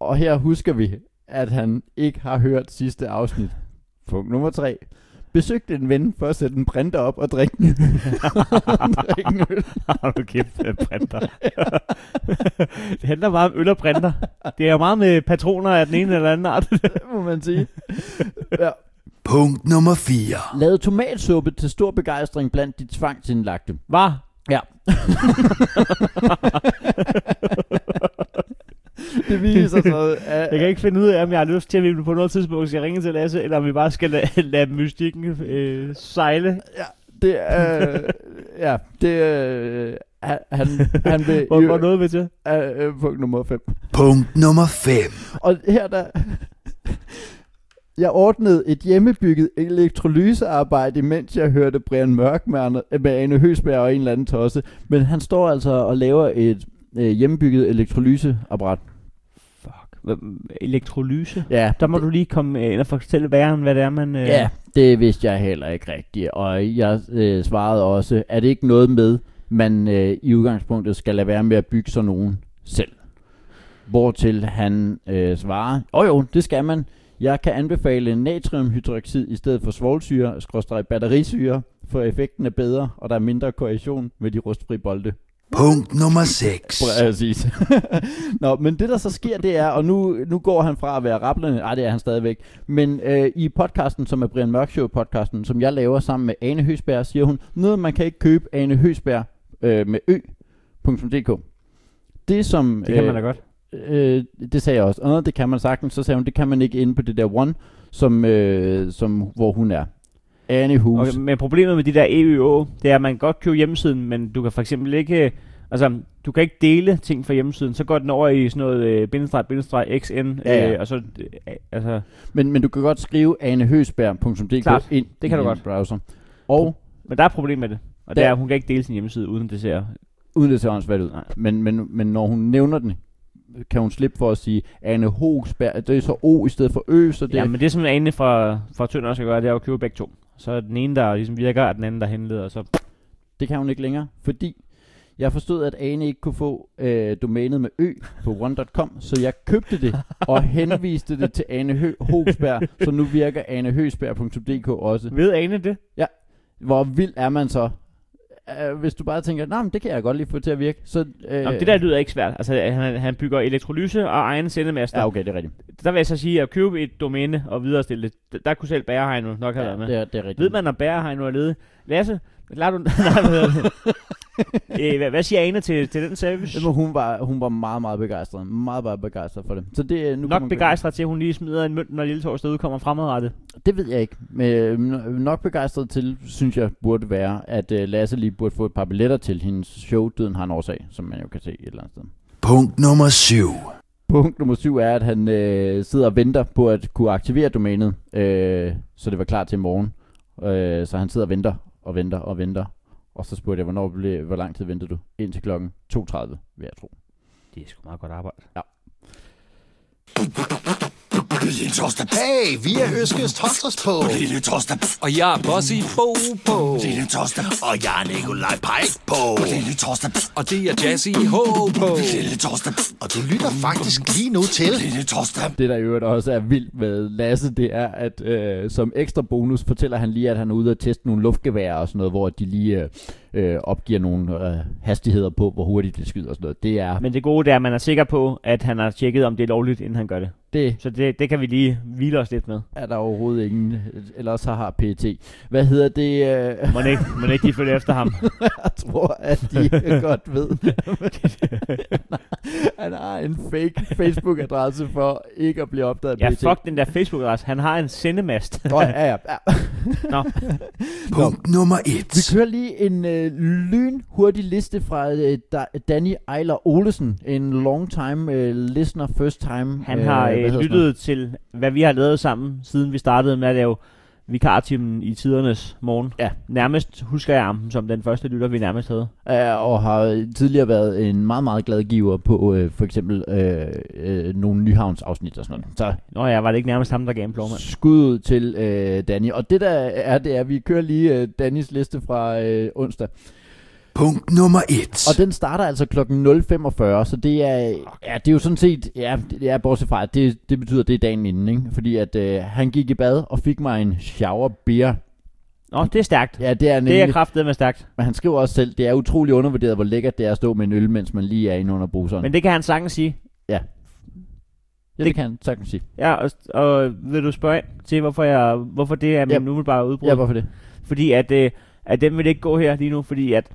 [SPEAKER 2] og her husker vi, at han ikke har hørt sidste afsnit. Punkt nummer 3. Besøgte en ven for at sætte en printer op og drikke den. drikke en øl.
[SPEAKER 3] Har du kæft øh, printer? det handler meget om øl og printer. Det er jo meget med patroner af den ene eller anden art.
[SPEAKER 2] må man sige.
[SPEAKER 4] Punkt nummer fire.
[SPEAKER 2] Lavede tomatsuppe til stor begejstring blandt de tvangsindlagte.
[SPEAKER 3] Var?
[SPEAKER 2] Ja. det viser sig, at...
[SPEAKER 3] Jeg kan ikke finde ud af, om jeg har lyst til, at vi på noget tidspunkt skal ringe til Lasse, eller om vi bare skal lade, lade mystikken øh, sejle.
[SPEAKER 2] Det er... Øh, ja, det øh, han, han, han vil...
[SPEAKER 3] Hvor, hvor noget ved til?
[SPEAKER 2] øh, øh, punkt nummer 5.
[SPEAKER 4] Punkt nummer fem.
[SPEAKER 2] Og her der... Jeg ordnede et hjemmebygget elektrolysearbejde, mens jeg hørte Brian Mørk med, Ander, med Ane Høsberg og en eller anden tosse. Men han står altså og laver et øh, hjemmebygget elektrolyseapparat.
[SPEAKER 3] Fuck. Elektrolyse?
[SPEAKER 2] Ja,
[SPEAKER 3] Der må du lige komme øh, ind og fortælle væren, hvad det er, man... Øh,
[SPEAKER 2] Ja, det vidste jeg heller ikke rigtigt, og jeg øh, svarede også, er det ikke noget med, man øh, i udgangspunktet skal lade være med at bygge sådan nogen selv? Hvortil han øh, svarer, åh oh, jo, det skal man. Jeg kan anbefale natriumhydroxid i stedet for svovlsyre, skråstreg batterisyre, for effekten er bedre, og der er mindre korrosion med de rustfri bolde.
[SPEAKER 4] Punkt nummer seks.
[SPEAKER 2] Præcis. Nå, men det der så sker, det er, og nu, nu går han fra at være rapplende, nej det er han stadigvæk, men øh, i podcasten, som er Brian Mørk Show podcasten, som jeg laver sammen med Ane Høsberg, siger hun, noget man kan ikke købe Ane Høsberg øh, med ø.dk. Det som...
[SPEAKER 3] Det kan man da godt.
[SPEAKER 2] Øh, det sagde jeg også. Og det kan man sagtens. Så sagde hun, det kan man ikke inde på det der one, som, øh, som, hvor hun er. Anne Hus.
[SPEAKER 3] Okay, men problemet med de der EØO, det er, at man kan godt købe hjemmesiden, men du kan for eksempel ikke... øh, Altså, du kan ikke dele ting fra hjemmesiden, så går den over i sådan noget øh, bindestreg, bindestreg, xn,
[SPEAKER 2] Ja, ja.
[SPEAKER 3] Øh, og så... Øh, altså,
[SPEAKER 2] Men, men du kan godt skrive anehøsberg.dk
[SPEAKER 3] Klart.
[SPEAKER 2] ind
[SPEAKER 3] Det kan
[SPEAKER 2] i en
[SPEAKER 3] du godt.
[SPEAKER 2] browser. Og
[SPEAKER 3] men der er et problem med det, og det
[SPEAKER 2] Der-
[SPEAKER 3] er, at hun kan ikke dele sin hjemmeside, uden det ser...
[SPEAKER 2] Uden det ser åndssvagt ud.
[SPEAKER 3] Nej.
[SPEAKER 2] Men, men, men når hun nævner den, kan hun slippe for at sige Anne Hogsberg. Det er så O i stedet for Ø, så det...
[SPEAKER 3] Det. Ja, men det, som Ane fra, fra Tønder også skal gøre, det er at købe begge to. Så er den ene, der ligesom virker, og den anden, der henleder, og så...
[SPEAKER 2] Det kan hun ikke længere, fordi jeg forstod, at Ane ikke kunne få øh, domænet med ø på one.com, så jeg købte det og henviste det til Ane Hø- Hogsberg, så nu virker anehøsberg.dk også.
[SPEAKER 3] Ved Ane det?
[SPEAKER 2] Hvor vild er man så? Øh, hvis du bare tænker, nej, men det kan jeg godt lige få til at virke, så... Øh,
[SPEAKER 3] Nå, men det der lyder ikke svært. Altså, han, han bygger elektrolyse og egen sendemaster.
[SPEAKER 2] Ja, okay, det er rigtigt.
[SPEAKER 3] Der vil jeg så sige, at købe et domæne og viderestille det, der, der kunne selv Bærehegn nok have
[SPEAKER 2] Ja,
[SPEAKER 3] været med.
[SPEAKER 2] det, er, det er rigtigt.
[SPEAKER 3] Ved man, at Bærehegn er ledig? Lasse, lader du... Nej, hvad, hedder det? øh, hvad, hvad siger Ane til, til den service?
[SPEAKER 2] Jamen, hun var, hun var meget, meget begejstret. Meget, meget begejstret for det. Så det, øh, nu kan man
[SPEAKER 3] Nok
[SPEAKER 2] købe-
[SPEAKER 3] begejstret til, at hun lige smider en mønt, når Lille Torsdag udkommer fremadrettet.
[SPEAKER 2] Det ved jeg ikke. Men øh, no- nok begejstret til, synes jeg, burde være, at øh, Lasse lige burde få et par billetter til hendes show, Døden har en årsag, som man jo kan se et eller andet sted.
[SPEAKER 4] Punkt nummer syv.
[SPEAKER 2] Punkt nummer syv er, at han øh, sidder og venter på at kunne aktivere domænet, øh, så det var klar til i morgen. Øh, så han sidder og venter og venter og venter Og så spurgte jeg, hvornår blev, hvor lang tid ventede du? Indtil klokken 2.30, vil jeg tro.
[SPEAKER 8] Det er sgu meget godt arbejde.
[SPEAKER 5] Lille Torsdag. Hey, vi er Øskes Torsdags på. Lille Torsdag.
[SPEAKER 6] Og jeg er Bossy Bo på.
[SPEAKER 5] Lille Torsdag. Og jeg er Nikolaj Pajk på. Lille Torsdag.
[SPEAKER 6] Og det er Jazzy H på.
[SPEAKER 5] Lille Torsdag. Og du lytter faktisk lige nu til. Lille Torsdag.
[SPEAKER 2] Det, der i øvrigt også er vildt med Lasse, det er, at øh, som ekstra bonus fortæller han lige, at han er ude og teste nogle luftgeværer og sådan noget, hvor de lige øh, øh, opgiver nogle øh, hastigheder på, hvor hurtigt det skyder og sådan noget. Det er...
[SPEAKER 3] Men det gode det er, at man er sikker på, at han har tjekket, om det er lovligt, inden han gør det.
[SPEAKER 2] Det
[SPEAKER 3] Så det, det kan vi lige hvile os lidt med.
[SPEAKER 2] er der overhovedet ingen, ellers så har PET. Hvad hedder det? Øh,
[SPEAKER 3] Må ikke, må ikke de følge efter ham?
[SPEAKER 2] jeg tror, at de godt ved. Han har- han har en fake Facebook-adresse for ikke at blive opdaget af
[SPEAKER 3] Ja,
[SPEAKER 2] PET.
[SPEAKER 3] fuck den der Facebook-adresse. Han har en sendemast.
[SPEAKER 2] Nå, ja, ja, ja.
[SPEAKER 4] Punkt nummer
[SPEAKER 2] Vi
[SPEAKER 4] 1.
[SPEAKER 2] kører lige en øh, lynhurtig liste fra øh, Da- Danny Ejler Olesen. En long time øh, listener, first time.
[SPEAKER 3] Han
[SPEAKER 2] øh,
[SPEAKER 3] har
[SPEAKER 2] hvad hedder
[SPEAKER 3] øh,
[SPEAKER 2] sådan
[SPEAKER 3] lyttet til, hvad vi har lavet sammen, siden vi startede med at lave vikartimen i tidernes morgen.
[SPEAKER 2] Ja.
[SPEAKER 3] Nærmest husker jeg ham som den første lytter, vi nærmest havde.
[SPEAKER 2] Øh, og har tidligere været en meget, meget glad giver på øh, for eksempel øh, øh, nogle Nyhavns-afsnit og sådan noget. Så
[SPEAKER 3] Nå ja, var det ikke nærmest ham, der gav en blåmand?
[SPEAKER 2] skud ud til øh, Danny. Og det der er, det er, at vi kører lige øh, Dannys liste fra øh, onsdag.
[SPEAKER 4] Punkt nummer 1.
[SPEAKER 2] Og den starter altså klokken 0.45, så det er, ja, det er jo sådan set, ja, det er bortset fra, at det, det betyder, det er dagen inden, ikke? Fordi at øh, han gik i bad og fik mig en shower beer.
[SPEAKER 3] Nå, det er stærkt.
[SPEAKER 2] Ja, det er
[SPEAKER 3] det er
[SPEAKER 2] nemlig,
[SPEAKER 3] kraftet med stærkt.
[SPEAKER 2] men han skriver også selv, det er utrolig undervurderet, hvor lækkert det er at stå med en øl, mens man lige er inde under bruseren.
[SPEAKER 3] Men det kan han sagtens sige.
[SPEAKER 2] ja, det, det kan han sagtens sige.
[SPEAKER 3] Ja, og, og vil du spørge ind til, hvorfor, jeg, hvorfor det er min
[SPEAKER 2] Ja.
[SPEAKER 3] yep. umiddelbare udbrud?
[SPEAKER 2] Ja, hvorfor det?
[SPEAKER 3] Fordi at, øh, at den vil ikke gå her lige nu, fordi at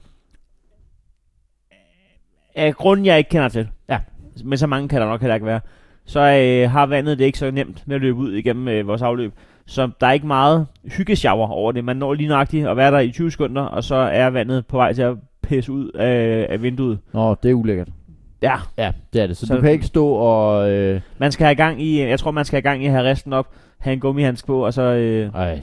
[SPEAKER 3] øh, af grunden, jeg ikke kender til,
[SPEAKER 2] Ja.
[SPEAKER 3] men så mange kan der nok heller ikke være, så øh, har vandet det ikke så nemt med at løbe ud igennem øh, vores afløb. Så der er ikke meget hyggeshower over det. Man når lige nøjagtigt at være der i 20 sekunder, og så er vandet på vej til at pisse ud af, af vinduet.
[SPEAKER 2] Nå, det er ulækkert.
[SPEAKER 3] Ja,
[SPEAKER 2] Ja, det er det. Så, så
[SPEAKER 3] Så-
[SPEAKER 2] du kan ikke stå og... Øh,
[SPEAKER 3] man skal have gang i, jeg tror, man skal have gang i at have resten op, have en gummihandsk på, og så... Øh,
[SPEAKER 2] ej,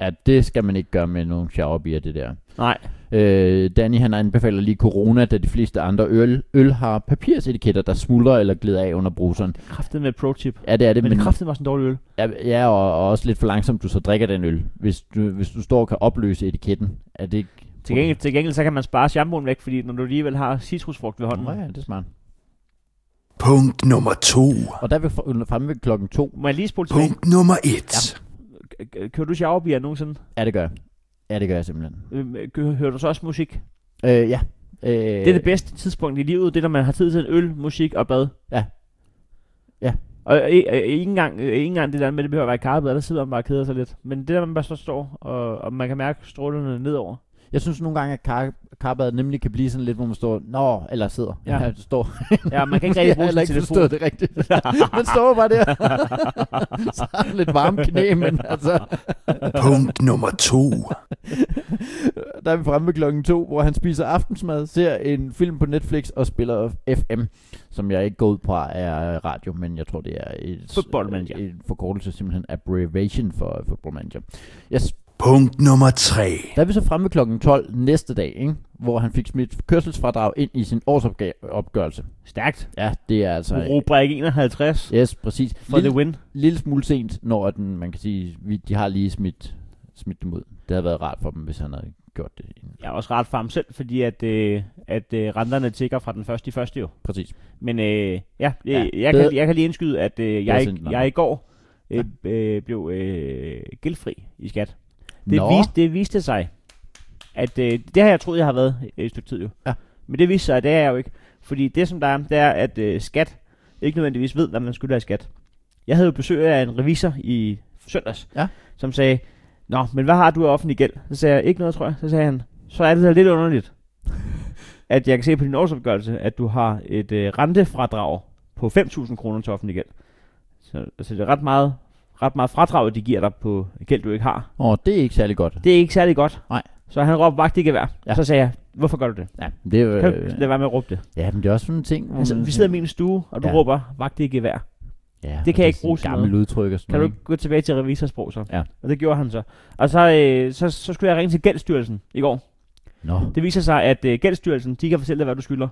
[SPEAKER 2] ja, det skal man ikke gøre med nogle shower beer, det der.
[SPEAKER 3] nej,
[SPEAKER 2] Øh, Danny han anbefaler lige corona, da de fleste andre øl, øl har papirsetiketter, der smuldrer eller glider af under bruseren.
[SPEAKER 3] kraftet med pro-tip.
[SPEAKER 2] Ja, det er det,
[SPEAKER 3] Men,
[SPEAKER 2] men,
[SPEAKER 3] men kraftet var sådan en dårlig øl.
[SPEAKER 2] ja, ja og, og, også lidt for langsomt, du så drikker den øl. Hvis du, hvis du står og kan opløse etiketten, er det ikke...
[SPEAKER 3] Til gengæld, til gengæld så kan man spare shampooen væk, fordi når du alligevel har citrusfrugt ved hånden.
[SPEAKER 2] Nå ja, det er smart.
[SPEAKER 4] Punkt nummer 2.
[SPEAKER 2] Og der er vi fr- fremme ved klokken to.
[SPEAKER 3] Må jeg lige spole tilbage?
[SPEAKER 4] Punkt nummer 1.
[SPEAKER 3] K- Kører du showerbier nogensinde?
[SPEAKER 2] Ja, det gør jeg. Ja, det gør jeg simpelthen.
[SPEAKER 3] Øhm, kø- Hører du så også musik? Øh.
[SPEAKER 2] Øh, ja. Øh, det
[SPEAKER 3] Det er det bedste tidspunkt i livet, det er, når man har tid til en øl, musik og bad.
[SPEAKER 2] Ja. Ja.
[SPEAKER 3] Og øh, øh, ikke, engang, øh, ikke engang det der med, det behøver at være i karrebad, der sidder man bare og keder sig lidt. Men det der, man bare så står, og, og man kan mærke strålerne nedover.
[SPEAKER 2] Jeg synes nogle gange, at kar- karbadet nemlig kan blive sådan lidt, hvor man står, nå, eller sidder.
[SPEAKER 3] Ja.
[SPEAKER 2] ja du står.
[SPEAKER 3] Ja, man kan ikke rigtig
[SPEAKER 2] Jeg har
[SPEAKER 3] bruge
[SPEAKER 2] heller
[SPEAKER 3] sin
[SPEAKER 2] ikke
[SPEAKER 3] telefon.
[SPEAKER 2] forstået det rigtigt. Man står bare der. så har han lidt varme knæ, men altså,
[SPEAKER 4] Punkt nummer 2.
[SPEAKER 2] der er vi fremme ved klokken to, hvor han spiser aftensmad, ser en film på Netflix og spiller FM, som jeg ikke går ud fra er radio, men jeg tror, det er et,
[SPEAKER 3] Football Manager.
[SPEAKER 2] en forkortelse, simpelthen abbreviation for Football Manager. Yes.
[SPEAKER 4] Punkt nummer 3.
[SPEAKER 2] Der er vi så fremme ved klokken 12 næste dag, ikke? hvor han fik smidt kørselsfradrag ind i sin årsopgørelse.
[SPEAKER 3] Stærkt.
[SPEAKER 2] Ja, det er altså...
[SPEAKER 3] Rubrik 51.
[SPEAKER 2] Yes, præcis.
[SPEAKER 3] For the win.
[SPEAKER 2] lille smule sent, når at den, man kan sige, vi, de har lige smidt, smidt dem ud. Det havde været rart for dem, hvis han havde gjort det.
[SPEAKER 3] Jeg er også ret for ham selv, fordi at, øh, at øh, renterne tigger fra den første i første jo.
[SPEAKER 2] Præcis.
[SPEAKER 3] Men øh, ja, øh,
[SPEAKER 2] Ja,
[SPEAKER 3] ja jeg,
[SPEAKER 2] bedre-
[SPEAKER 3] kan, jeg kan lige indskyde, at øh, jeg,
[SPEAKER 2] sindssygt nok.
[SPEAKER 3] jeg i går øh, øh, blev øh, gældfri i skat. Det,
[SPEAKER 2] Nå.
[SPEAKER 3] viste, det viste sig, at øh, det har jeg troet, jeg har været øh, et stykke tid jo.
[SPEAKER 2] Ja.
[SPEAKER 3] Men det viste sig, at det er jeg jo ikke. Fordi det, som der er, det er, at øh, skat ikke nødvendigvis ved, hvad man skylder i skat. Jeg havde jo besøg af en revisor i søndags,
[SPEAKER 2] Ja.
[SPEAKER 3] som sagde, Nå, men hvad har du af offentlig gæld? Så sagde jeg, ikke noget, tror jeg. Så sagde han, så er det da lidt underligt, at jeg kan se på din årsopgørelse, at du har et øh, rentefradrag på 5.000 kroner til offentlig gæld. Så altså, det er ret meget, ret meget fradrag, de giver dig på gæld, du ikke har.
[SPEAKER 2] Og det er ikke særlig godt.
[SPEAKER 3] Det er ikke særlig godt.
[SPEAKER 2] Nej.
[SPEAKER 3] Så han råbte vagt i gevær.
[SPEAKER 2] Ja.
[SPEAKER 3] Ja. Så sagde jeg, hvorfor gør du det?
[SPEAKER 2] Ja, det er jo,
[SPEAKER 3] Kan du øh,
[SPEAKER 2] øh,
[SPEAKER 3] lade være med at råbe det?
[SPEAKER 2] ja, men det er også sådan en ting. Hvor
[SPEAKER 3] Altså,
[SPEAKER 2] man,
[SPEAKER 3] vi sidder i min stue, og du
[SPEAKER 2] Ja.
[SPEAKER 3] ja. råber vagt i gevær.
[SPEAKER 2] ja,
[SPEAKER 3] det kan jeg ikke bruge til
[SPEAKER 2] Gammel udtryk og sådan
[SPEAKER 3] Kan du
[SPEAKER 2] noget.
[SPEAKER 3] ikke gå tilbage til revisorsprog så?
[SPEAKER 2] Ja.
[SPEAKER 3] Og det gjorde han så. Og så, øh, så, så skulle jeg ringe til gældsstyrelsen i går.
[SPEAKER 2] Nå.
[SPEAKER 3] Det viser sig, at øh, gældsstyrelsen, de kan fortælle dig, hvad du skylder.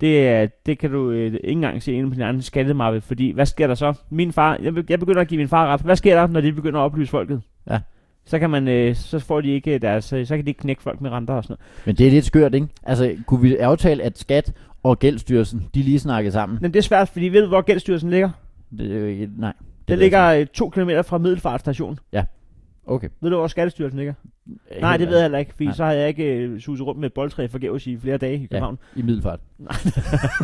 [SPEAKER 3] Det, er- det kan du øh, ikke engang se inde på din anden skattemappe, fordi hvad sker der så? Min far, jeg, be- jeg begynder at give min far ret. Hvad sker der, når de begynder at oplyse folket?
[SPEAKER 2] Ja.
[SPEAKER 3] Så kan man, øh, så får de ikke deres, øh, så kan de ikke knække folk med renter og sådan noget.
[SPEAKER 2] Men det er lidt skørt, ikke? Altså, kunne vi aftale, at skat og gældsstyrelsen, de lige snakkede sammen?
[SPEAKER 3] Men det er svært, fordi ved du, hvor gældsstyrelsen ligger?
[SPEAKER 2] Det, er jo ikke- nej. Det ved
[SPEAKER 3] Den
[SPEAKER 2] jeg
[SPEAKER 3] ligger øh, to kilometer fra Middelfart station.
[SPEAKER 2] ikke. Okay.
[SPEAKER 3] Ved du, hvor Skattestyrelsen ligger? Nej, det ved jeg heller ikke, fordi
[SPEAKER 2] Nej.
[SPEAKER 3] Nej. så havde jeg ikke øh, suset rundt med et boldtræ forgæves i flere dage i København.
[SPEAKER 2] I middelfart.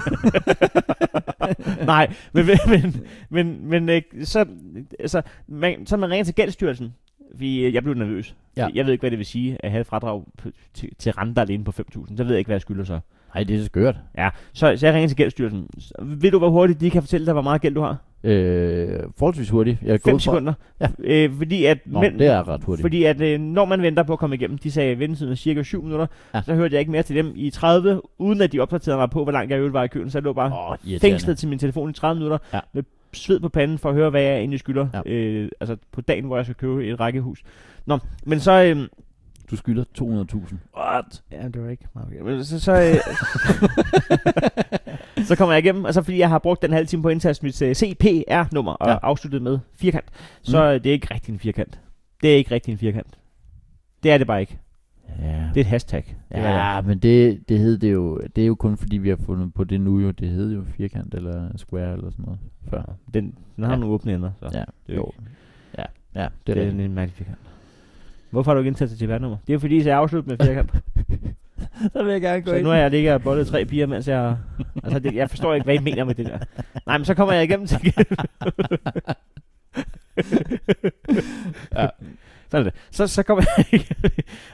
[SPEAKER 3] Nej, men, men, men, men, men øh, så, altså, man, så man ringer til gældsstyrelsen, fordi øh, jeg blev nervøs.
[SPEAKER 2] Ja.
[SPEAKER 3] Jeg ved ikke, hvad det vil sige at have et fradrag på, til, til renter alene på 5.000. Så ved jeg ikke, hvad jeg skylder så.
[SPEAKER 2] Nej, det er skørt.
[SPEAKER 3] Ja, så, så jeg ringer til gældsstyrelsen. Så, ved du, hvor hurtigt de kan fortælle dig, hvor meget gæld du har?
[SPEAKER 2] Øh, forholdsvis hurtigt. Jeg er
[SPEAKER 3] 5
[SPEAKER 2] gået fra-
[SPEAKER 3] sekunder.
[SPEAKER 2] Ja.
[SPEAKER 3] Øh, fordi at
[SPEAKER 2] Nå,
[SPEAKER 3] mænd-
[SPEAKER 2] det er ret hurtigt.
[SPEAKER 3] Fordi at øh, når man venter på at komme igennem, de sagde ventetiden er cirka 7 minutter,
[SPEAKER 2] Ja.
[SPEAKER 3] ja. så hørte jeg ikke mere til dem i 30, uden at de opdaterede mig på, hvor langt jeg i øvrigt var i køen, så jeg lå bare
[SPEAKER 2] Åh,
[SPEAKER 3] oh,
[SPEAKER 2] irriterende.
[SPEAKER 3] fængslet til min telefon i 30 minutter,
[SPEAKER 2] Ja.
[SPEAKER 3] med sved på panden for at høre, hvad jeg egentlig skylder,
[SPEAKER 2] Ja.
[SPEAKER 3] ja. øh, altså på dagen, hvor jeg skal købe et rækkehus. Nå, men så... Øh,
[SPEAKER 2] Du skylder 200.000.
[SPEAKER 3] What? Ja, det var ikke meget. Men så, så, øh, så kommer jeg igennem, og så fordi jeg har brugt den halve time på at indtaste mit øh, CPR-nummer og
[SPEAKER 2] Ja.
[SPEAKER 3] ja. afsluttet med firkant, så mm. det er ikke rigtig en firkant. Det er ikke rigtig en firkant. Det er det bare ikke.
[SPEAKER 2] Ja.
[SPEAKER 3] Det er et hashtag. Det er det.
[SPEAKER 2] Ja, men det, det hed det jo, det er jo kun fordi, vi har fundet på det nu jo. Det hed jo firkant eller square eller sådan noget før.
[SPEAKER 3] Den, den har
[SPEAKER 2] Ja.
[SPEAKER 3] ja. nogle åbne ender, så
[SPEAKER 2] Ja,
[SPEAKER 3] det
[SPEAKER 2] jo.
[SPEAKER 3] er jo ikke-
[SPEAKER 2] Ja, det er
[SPEAKER 3] det er
[SPEAKER 2] rigtigt.
[SPEAKER 3] en mærkelig firkant. Hvorfor har du ikke indtastet til nummer? Det er fordi, så jeg afslutter med firkant.
[SPEAKER 2] Så vil jeg gerne
[SPEAKER 3] Så nu har jeg ligget og boldet tre piger, mens jeg... Altså, det, jeg forstår ikke, hvad I mener med det der. Nej, men så kommer jeg igennem til ja. Sådan er det. Så, så kommer jeg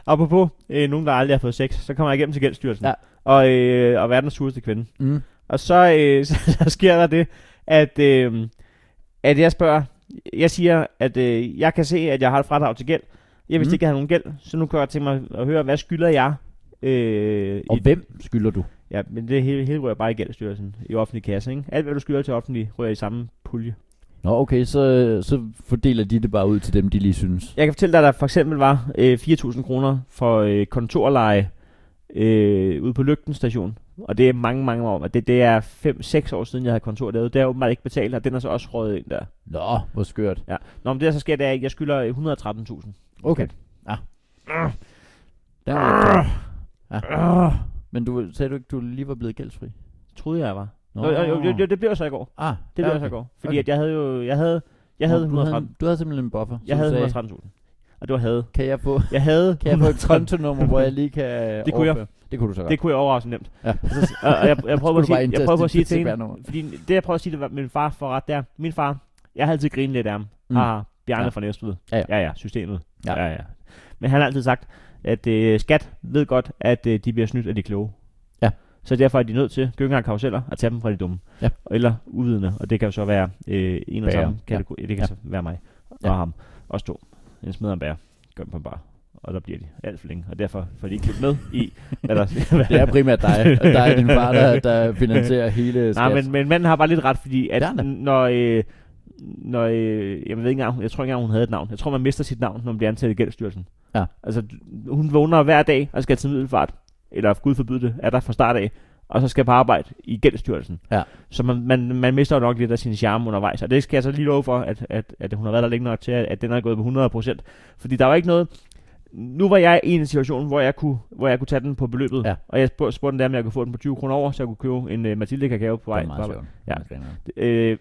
[SPEAKER 3] Apropos øh, nogen, der aldrig har fået sex, så kommer jeg igennem til gældsstyrelsen.
[SPEAKER 2] Ja.
[SPEAKER 3] Og, øh, og verdens sureste kvinde.
[SPEAKER 2] Mm.
[SPEAKER 3] Og så, øh, så, så sker der det, at, øh, at jeg spørger, jeg siger, at øh, jeg kan se, at jeg har et fradrag til gæld. Jeg
[SPEAKER 2] Mm.
[SPEAKER 3] vidste mm. ikke, jeg havde nogen gæld, så nu kan jeg tænke mig at høre, hvad skylder jeg? Øh,
[SPEAKER 2] Og
[SPEAKER 3] i-
[SPEAKER 2] hvem skylder du?
[SPEAKER 3] Ja, men det hele, hele rører bare i gældsstyrelsen, i offentlig kasse, ikke? Alt, hvad du skylder til offentlig, rører i samme pulje.
[SPEAKER 2] Nå, okay, så, så fordeler de det bare ud til dem, de lige synes.
[SPEAKER 3] Jeg kan fortælle dig, at der for eksempel var øh, 4.000 kroner for øh, kontorleje øh, ude på Lygten station. Og det er mange, mange år. Og det, det er 5-6 år siden, jeg havde kontor derude. Det er jeg åbenbart ikke betalt, og den er så også røget ind der.
[SPEAKER 2] Nå, hvor skørt.
[SPEAKER 3] Ja. Nå, men det der så sker, det er, at jeg skylder øh, 113.000.
[SPEAKER 2] Okay. Ja.
[SPEAKER 3] Ah.
[SPEAKER 2] Der var det klart. ja. Men du sagde du ikke, du lige var blevet gældsfri?
[SPEAKER 3] Troede jeg var. Nå, jo, jo, jo, jo, det blev jeg så i går.
[SPEAKER 2] Ah,
[SPEAKER 3] Det blev jeg så i går.
[SPEAKER 2] Okay.
[SPEAKER 3] Fordi okay. at jeg havde jo, jeg havde, jeg havde
[SPEAKER 2] du, havde,
[SPEAKER 3] 113.
[SPEAKER 2] du havde simpelthen en buffer. så
[SPEAKER 3] Jeg
[SPEAKER 2] du
[SPEAKER 3] havde
[SPEAKER 2] sagde,
[SPEAKER 3] 113.000. Og det var havde.
[SPEAKER 2] Kan jeg få,
[SPEAKER 3] Jeg havde
[SPEAKER 2] kan jeg få et kontonummer, hvor jeg lige kan
[SPEAKER 3] Det kunne jeg.
[SPEAKER 2] overføre? Det kunne du så godt.
[SPEAKER 3] Det kunne jeg overraske nemt.
[SPEAKER 2] Ja.
[SPEAKER 3] Ja. Og, så, og, og jeg,
[SPEAKER 2] Skulle
[SPEAKER 3] jeg prøver at
[SPEAKER 2] du bare
[SPEAKER 3] sige, jeg
[SPEAKER 2] indtaste
[SPEAKER 3] prøver at sige
[SPEAKER 2] dit
[SPEAKER 3] til hende,
[SPEAKER 2] CPR-nummer.
[SPEAKER 3] fordi det jeg prøver at sige, det var, at min far får ret der. Min far, jeg har altid grinet lidt af ham.
[SPEAKER 2] Mm.
[SPEAKER 3] Mm. Ah, Bjarne
[SPEAKER 2] Ja.
[SPEAKER 3] ja. fra Næstved.
[SPEAKER 2] Ja, ja.
[SPEAKER 3] ja, ja, systemet.
[SPEAKER 2] Ja.
[SPEAKER 3] Ja. ja, ja. Men han har altid sagt, at øh, skat ved godt, at øh, de bliver snydt af de kloge.
[SPEAKER 2] Ja.
[SPEAKER 3] Så derfor er de nødt til, gyngang karuseller, at tage dem fra de dumme.
[SPEAKER 2] Ja.
[SPEAKER 3] Eller uvidende, og det kan jo så være øh, en og
[SPEAKER 2] Bager.
[SPEAKER 3] samme kategori. Ja. Det kan
[SPEAKER 2] Ja.
[SPEAKER 3] så være mig og
[SPEAKER 2] Ja.
[SPEAKER 3] ham. Os to. En smed og en bærer. Gør dem på en bar. Og der bliver de alt for længe, og derfor får de ikke købt med i, hvad der, hvad
[SPEAKER 2] Det er primært dig. Og dig og din far, der, der finansierer hele skat.
[SPEAKER 3] Nej, men, men manden har bare lidt ret, fordi
[SPEAKER 2] Det har
[SPEAKER 3] at
[SPEAKER 2] han
[SPEAKER 3] når, øh, når øh, jeg ved ikke engang, jeg tror ikke engang, hun havde et navn. Jeg tror, man mister sit navn, når man bliver ansat i Gældsstyrelsen.
[SPEAKER 2] Ja.
[SPEAKER 3] Altså, du- hun vågner hver dag og skal til middelfart, eller gud forbyde det, er der fra start af, og så skal på arbejde i Gældsstyrelsen.
[SPEAKER 2] Ja.
[SPEAKER 3] Så man, man, man mister jo nok lidt af sin charme undervejs, og det skal jeg så lige love for, at, at, at hun har været der længe nok til, at, at den er gået på 100%. Fordi der var ikke noget, nu var jeg i en situation, hvor jeg kunne, hvor jeg kunne tage den på beløbet.
[SPEAKER 2] Ja.
[SPEAKER 3] Og jeg spurgte, spurgte den der, om jeg kunne få den på 20 kroner over, så jeg kunne købe en uh, Mathilde kakao på
[SPEAKER 2] Det var
[SPEAKER 3] vej.
[SPEAKER 2] meget
[SPEAKER 3] på-
[SPEAKER 2] sjovt.
[SPEAKER 3] Ja.
[SPEAKER 2] Jeg griner.
[SPEAKER 3] Øh,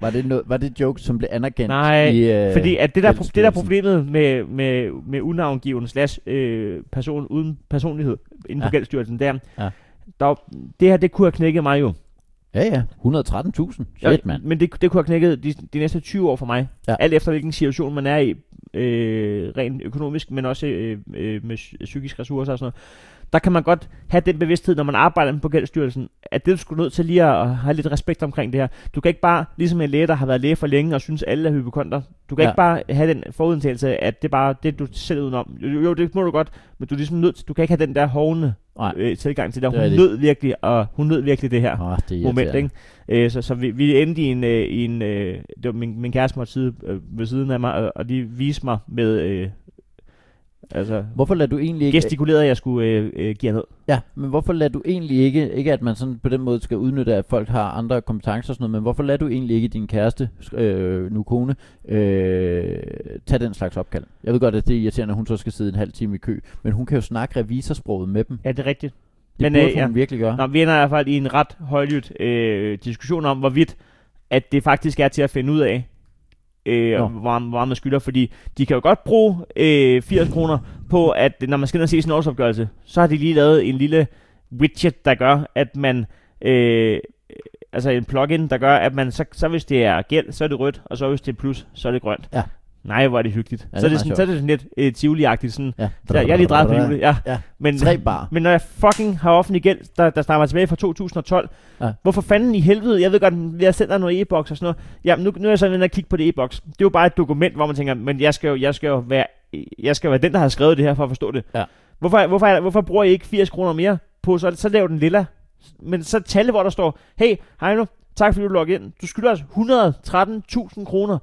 [SPEAKER 2] Var det, no, var det joke, som blev anerkendt?
[SPEAKER 3] Nej,
[SPEAKER 2] i, øh,
[SPEAKER 3] fordi at det, der, pro- det der
[SPEAKER 2] Gældsstyrelsen.
[SPEAKER 3] problemet med, med, med unavngiven slash øh, person uden personlighed inden
[SPEAKER 2] Ja.
[SPEAKER 3] for gældsstyrelsen, det er,
[SPEAKER 2] Ja.
[SPEAKER 3] der, det her, det kunne have knækket mig jo.
[SPEAKER 2] Ja, ja. 113.000. Shit, mand.
[SPEAKER 3] Men det, det kunne have knækket de, de næste 20 år for mig.
[SPEAKER 2] Ja.
[SPEAKER 3] Ja. Alt efter hvilken situation man er i, øh, rent økonomisk, men også øh, øh, med psy- psykiske ressourcer og sådan noget. Der kan man godt have den bevidsthed, når man arbejder på Gældsstyrelsen, at det er du sgu nødt til lige at have lidt respekt omkring det her. Du kan ikke bare, ligesom en læge, der har været læge for længe og synes, alle er hypokonter, du kan
[SPEAKER 2] Ja.
[SPEAKER 3] ja. ikke bare have den forudindtagelse, at det er bare det, du selv er udenom. Jo, jo, det må du godt, men du er ligesom nødt til, du kan ikke have den der hovne
[SPEAKER 2] Nej.
[SPEAKER 3] øh, tilgang til det.
[SPEAKER 2] Det
[SPEAKER 3] Hun
[SPEAKER 2] er rigtigt.
[SPEAKER 3] nød virkelig, og hun nød virkelig det her
[SPEAKER 2] Åh, det er
[SPEAKER 3] moment,
[SPEAKER 2] irriterende.
[SPEAKER 3] ikke? Øh, så, så vi, vi endte i en, øh, i en øh, det var min, min kæreste måtte sidde øh, ved siden af mig, og, og de viste mig med, øh,
[SPEAKER 9] Altså,
[SPEAKER 2] Hvorfor lader du egentlig ikke...
[SPEAKER 9] gestikulerede, at jeg skulle øh, øh, give ned.
[SPEAKER 2] Ja, men hvorfor lader du egentlig ikke, ikke at man sådan på den måde skal udnytte, at folk har andre kompetencer og sådan noget, men hvorfor lader du egentlig ikke din kæreste, øh, nu kone, øh, tage den slags opkald? Jeg ved godt, at det er irriterende, at hun så skal sidde en halv time i kø, men hun kan jo snakke revisorsproget med dem. Det
[SPEAKER 3] Er det rigtigt?
[SPEAKER 2] men,
[SPEAKER 3] Men,
[SPEAKER 2] burde
[SPEAKER 3] øh,
[SPEAKER 2] hun
[SPEAKER 3] ja.
[SPEAKER 2] virkelig gøre.
[SPEAKER 3] Nå, vi ender i hvert fald i en ret højlydt øh, diskussion om, hvorvidt at det faktisk er til at finde ud af, øh,
[SPEAKER 2] Nå.
[SPEAKER 3] hvor, hvor man skylder. Fordi de kan jo godt bruge øh, 80 kroner på, at når man skal ned og se sin årsopgørelse, så har de lige lavet en lille widget, der gør, at man... Øh, altså en plugin, der gør, at man så, så hvis det er gæld, så er det rødt, og så hvis det er plus, så er det grønt.
[SPEAKER 2] Ja.
[SPEAKER 3] Nej, hvor er det hyggeligt.
[SPEAKER 2] det er
[SPEAKER 3] så, er det
[SPEAKER 2] meget
[SPEAKER 3] sådan,
[SPEAKER 2] sjovt.
[SPEAKER 3] så er det sådan lidt øh, tivoli-agtigt. Sådan,
[SPEAKER 2] Ja.
[SPEAKER 3] ja, jeg er lige drejet på jule. Ja.
[SPEAKER 2] Ja.
[SPEAKER 3] Men,
[SPEAKER 2] Tre bar.
[SPEAKER 3] men når jeg fucking har offentlig gæld, der, der stammer tilbage fra 2012,
[SPEAKER 2] Ja.
[SPEAKER 3] ja. hvorfor fanden i helvede, jeg ved godt, vi har sendt dig noget e-boks og sådan noget, jamen nu, nu er jeg sådan inde og kigge på det e-boks. Det er jo bare et dokument, hvor man tænker, men jeg skal jo, jeg skal jo være, jeg skal jo være den, der har skrevet det her for at forstå det.
[SPEAKER 2] Ja.
[SPEAKER 3] Hvorfor, hvorfor, er- hvorfor bruger I ikke 80 kroner mere på, så, så lav den lilla. Men så tal, hvor der står, hey, hej nu, tak fordi du logger ind. Du skylder os 113.000 kroner.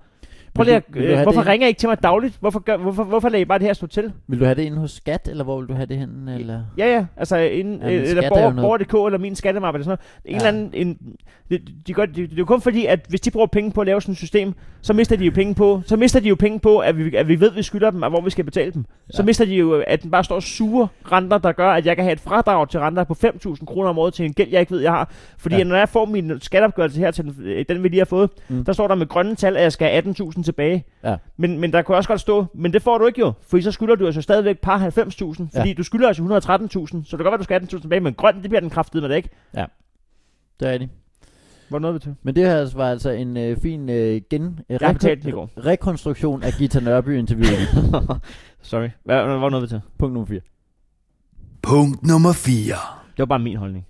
[SPEAKER 3] Prøv
[SPEAKER 2] Vil
[SPEAKER 3] lige,
[SPEAKER 2] du-
[SPEAKER 3] at,
[SPEAKER 2] vil du
[SPEAKER 3] øh,
[SPEAKER 2] have
[SPEAKER 3] hvorfor
[SPEAKER 2] det?
[SPEAKER 3] ringer I ikke til mig dagligt? Hvorfor, gør, hvorfor, hvorfor lader I bare det her stå til?
[SPEAKER 2] Vil du have det inde hos skat, eller hvor vil du have det hen? Eller?
[SPEAKER 3] Ja, ja, altså inden,
[SPEAKER 2] Ja,
[SPEAKER 3] ja,
[SPEAKER 2] men skat
[SPEAKER 3] eller
[SPEAKER 2] er jo
[SPEAKER 3] borger,
[SPEAKER 2] noget-
[SPEAKER 3] borger.dk eller min skattemappe eller sådan noget. En
[SPEAKER 2] Ja.
[SPEAKER 3] ja. eller anden, en, det, de gør, det, det er jo kun fordi, at hvis de bruger penge på at lave sådan et system, så mister de jo penge på, så mister de jo penge på, at vi, at vi ved, at vi skylder dem, og hvor vi skal betale dem. Så
[SPEAKER 2] Ja.
[SPEAKER 3] mister de jo, at den bare står sure renter, der gør, at jeg kan have et fradrag til renter på 5.000 kroner om året til en gæld, jeg ikke ved, jeg har. Fordi
[SPEAKER 2] Ja.
[SPEAKER 3] ja. når jeg får min skatopgørelse her, til den, øh, den vi lige har fået,
[SPEAKER 2] Mm.
[SPEAKER 3] mm. der står der med grønne tal, at jeg skal have 18.000 tilbage.
[SPEAKER 2] Ja.
[SPEAKER 3] Men, men der kunne også godt stå, men det får du ikke jo, for så skylder du altså stadigvæk par 90.000, fordi du skylder altså 113.000, så det kan godt være, du skal have 18.000 tilbage, men grøn, det bliver den kraftede med det ikke.
[SPEAKER 2] Det er rigtigt.
[SPEAKER 3] Hvor noget ved du?
[SPEAKER 2] Men det her var altså en øh, fin øh, gen, øh,
[SPEAKER 3] Jeg betalte den i går.
[SPEAKER 2] rekonstruktion af Gita Nørby-interviewet.
[SPEAKER 3] Sorry. Hvad, hvor noget ved du?
[SPEAKER 2] Punkt nummer 4.
[SPEAKER 4] Punkt nummer 4.
[SPEAKER 3] Det var bare min holdning.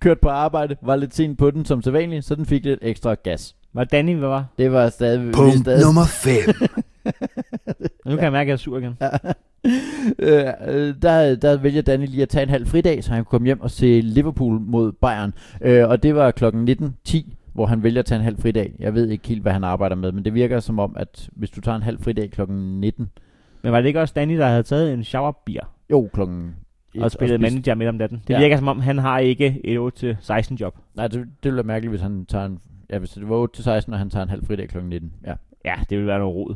[SPEAKER 2] Kørt på arbejde, var lidt sent på den som sædvanligt, så den fik lidt ekstra gas.
[SPEAKER 3] Var det Danny, hvad var?
[SPEAKER 2] Det var stadig... vi er
[SPEAKER 4] Punkt
[SPEAKER 2] stadig
[SPEAKER 4] nummer 5.
[SPEAKER 3] Nu kan jeg mærke, at jeg er sur igen.
[SPEAKER 2] Øh, øh, der, der vælger Danny lige at tage en halv fridag, så han kunne komme hjem og se Liverpool mod Bayern. Øh, og det var klokken 19.10, hvor han vælger at tage en halv fridag. Jeg ved ikke helt, hvad han arbejder med, men det virker som om, at hvis du tager en halv fridag klokken 19...
[SPEAKER 3] Men var det ikke også Danny, der havde taget en showerbier
[SPEAKER 2] Jo, klokken... et,
[SPEAKER 3] og spillet
[SPEAKER 2] spist-
[SPEAKER 3] manager midt om natten? Det
[SPEAKER 2] Ja.
[SPEAKER 3] virker som om, han har ikke et 8-16 job.
[SPEAKER 2] Nej, det, det ville være mærkeligt, hvis han tager en... Ja, hvis det var 8 til 16, og han tager en halv fridag klokken 19. Ja.
[SPEAKER 3] Ja, det ville være noget rod.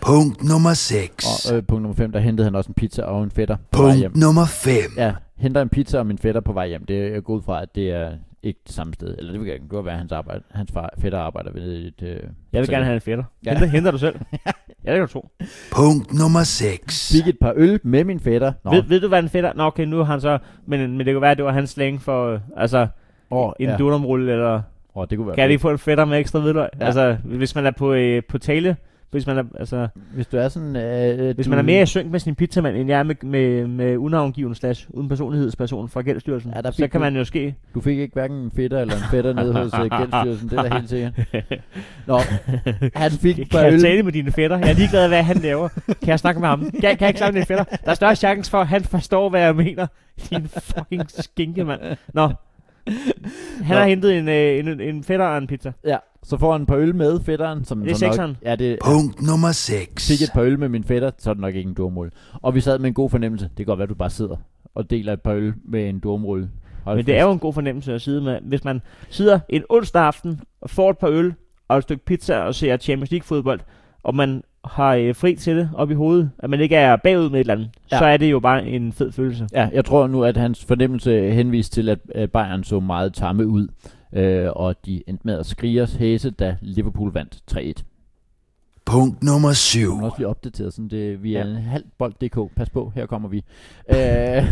[SPEAKER 4] Punkt nummer 6.
[SPEAKER 2] Og øh, punkt nummer 5, der hentede han også en pizza og en fætter på vej hjem.
[SPEAKER 4] Punkt nummer 5.
[SPEAKER 2] Ja, henter en pizza og min fætter på vej hjem. Det er jeg gået fra, at det er ikke det samme sted. Eller det vil godt være, at hans, arbejde, hans far, fætter arbejder ved et... Øh,
[SPEAKER 3] Jeg vil
[SPEAKER 2] pizzeria.
[SPEAKER 3] gerne have en fætter.
[SPEAKER 2] Ja.
[SPEAKER 3] Ja. Henter, henter du selv? ja, det kan du tro.
[SPEAKER 4] Punkt nummer 6.
[SPEAKER 2] Fik et par øl med min fætter. Nå,
[SPEAKER 3] Ved, ved, du, hvad en fætter... Nå, okay, nu er han så... Men, men det kunne være, at det var hans slang for... øh, Altså,
[SPEAKER 2] åh,
[SPEAKER 3] en
[SPEAKER 2] ja.
[SPEAKER 3] ja. dunumrulle, eller...
[SPEAKER 2] Åh, det kunne være
[SPEAKER 3] Kan jeg
[SPEAKER 2] fedt.
[SPEAKER 3] lige få en fætter med ekstra hvidløg?
[SPEAKER 2] Ja.
[SPEAKER 3] Ja. Altså, hvis man er på, øh, på tale, hvis man er, altså,
[SPEAKER 2] Hvis du er sådan... Øh,
[SPEAKER 3] hvis
[SPEAKER 2] du,
[SPEAKER 3] man er mere i synk med sin pizzamand, end jeg er med, med, med unavngiven slash uden personlighedsperson fra Gældsstyrelsen,
[SPEAKER 2] Ja, der
[SPEAKER 3] ja,
[SPEAKER 2] fik
[SPEAKER 3] så kan
[SPEAKER 2] du-
[SPEAKER 3] man jo ske.
[SPEAKER 2] Du fik ikke hverken en fætter eller en fætter nede hos øh, Gældsstyrelsen. Det er da helt sikkert. Nå, han fik et
[SPEAKER 3] Kan
[SPEAKER 2] par
[SPEAKER 3] jeg
[SPEAKER 2] øl.
[SPEAKER 3] tale med dine fætter? Jeg er ligeglad, hvad han laver. Kan jeg snakke med ham? Kan, kan jeg ikke snakke med dine fætter? Der er større chance for, at han forstår, hvad jeg mener. Din fucking skinke, mand. Nå.
[SPEAKER 2] Nå.
[SPEAKER 3] Han har hentet en, øh, en, en fætter og en pizza.
[SPEAKER 2] Ja, så får han et par øl med fætteren. Som
[SPEAKER 3] Det er
[SPEAKER 2] så nok-
[SPEAKER 3] sekseren.
[SPEAKER 2] Ja, det,
[SPEAKER 4] Punkt nummer 6.
[SPEAKER 2] fik et par øl med min fætter, så er det nok ikke en durmrulle. Og vi sad med en god fornemmelse. Det kan godt være, du bare sidder og deler et par øl med en durmrulle. Hold
[SPEAKER 3] Men det
[SPEAKER 2] fast.
[SPEAKER 3] er jo en god fornemmelse at sidde med, hvis man sidder en onsdag aften og får et par øl og et stykke pizza og ser Champions League fodbold, og man har øh, fri til det op i hovedet, at man ikke er bagud med et eller andet,
[SPEAKER 2] Ja.
[SPEAKER 3] ja. så er det jo bare en fed følelse.
[SPEAKER 2] Ja, jeg tror nu, at hans fornemmelse henviste til, at øh, Bayern så meget tamme ud. Øh, og de endte med at skrige os hæse, da Liverpool vandt 3-1.
[SPEAKER 4] Punkt nummer
[SPEAKER 2] Du
[SPEAKER 4] 7.
[SPEAKER 2] er også lige opdateret, sådan det, vi er
[SPEAKER 3] Ja.
[SPEAKER 2] en halv bold.dk. Pas på, her kommer vi. Øh,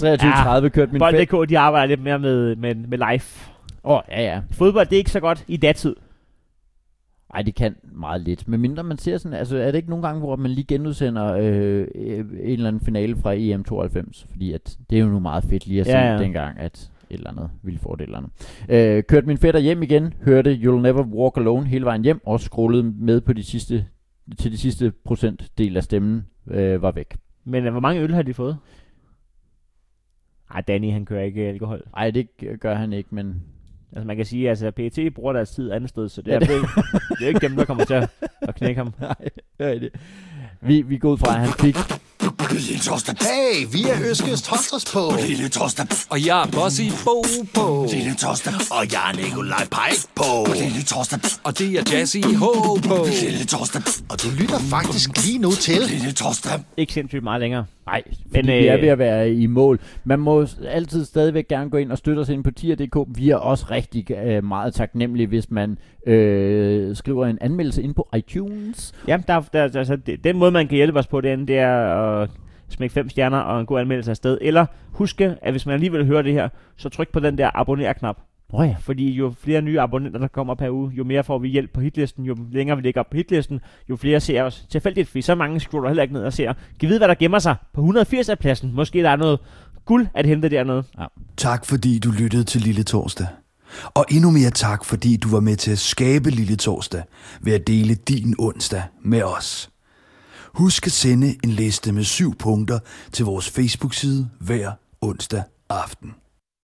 [SPEAKER 2] 23.30 kørte min fætter.
[SPEAKER 3] Bold.dk, de arbejder lidt mere med, med, med live.
[SPEAKER 2] Åh, oh, ja, ja.
[SPEAKER 3] Fodbold, det er ikke så godt i datid.
[SPEAKER 2] Ej, det kan meget lidt. Men mindre man ser sådan, altså er det ikke nogle gange, hvor man lige genudsender øh, øh, en eller anden finale fra EM92? Fordi at, det er jo nu meget fedt lige at se
[SPEAKER 3] Ja, ja.
[SPEAKER 2] dengang, at et eller andet ville få det eller andet. Øh, kørte min fætter hjem igen, hørte You'll Never Walk Alone hele vejen hjem, og scrollede med på de sidste, til de sidste procentdel af stemmen øh, var væk.
[SPEAKER 3] Men øh, hvor mange øl har de fået? Ej, Danny, han kører ikke alkohol.
[SPEAKER 2] Ej, det g- gør han ikke, men
[SPEAKER 3] Altså man kan sige, at altså, PET bruger deres tid andet sted, så det,
[SPEAKER 2] Ja,
[SPEAKER 3] er,
[SPEAKER 2] det-
[SPEAKER 3] det... det er jo ikke dem, der kommer til at, at knække ham.
[SPEAKER 2] Nej, det er rigtigt. Vi, vi går ud fra, at han fik...
[SPEAKER 5] Lille torsdag. Hey, vi er Øskes Torsdags på. Lille torsdag.
[SPEAKER 6] Og jeg er Bossy Bo på.
[SPEAKER 5] Lille torsdag. Og jeg er Nikolaj Pajk på. Lille torsdag.
[SPEAKER 6] Og det er Jazzy H på.
[SPEAKER 5] Lille torsdag. Og du lytter faktisk lige nu til. Lille torsdag.
[SPEAKER 3] Ikke sindssygt meget længere.
[SPEAKER 2] Nej,
[SPEAKER 3] Men,
[SPEAKER 2] men, øh... vi er
[SPEAKER 3] øh,
[SPEAKER 2] ved at være i mål. Man må s- altid stadigvæk gerne gå ind og støtte os ind på tier.dk. Vi er også rigtig øh, meget taknemmelige, hvis man øh, skriver en anmeldelse ind på iTunes.
[SPEAKER 3] Jamen, der, der, altså, det, den måde, man kan hjælpe os på, det er, det er at smække fem stjerner og en god anmeldelse af sted. Eller huske, at hvis man alligevel hører det her, så tryk på den der abonner-knap.
[SPEAKER 2] Nå ja,
[SPEAKER 3] Fordi jo flere nye abonnenter, der kommer per uge, jo mere får vi hjælp på hitlisten, jo længere vi ligger op på hitlisten, jo flere ser os tilfældigt, fordi så mange scroller heller ikke ned og ser. Giv vide, hvad der gemmer sig på 180 af pladsen. Måske der er noget guld at hente dernede.
[SPEAKER 4] Tak fordi du lyttede til Lille Torsdag. Og endnu mere tak, fordi du var med til at skabe Lille Torsdag ved at dele din onsdag med os. Husk at sende en liste med syv punkter til vores Facebook-side hver onsdag aften.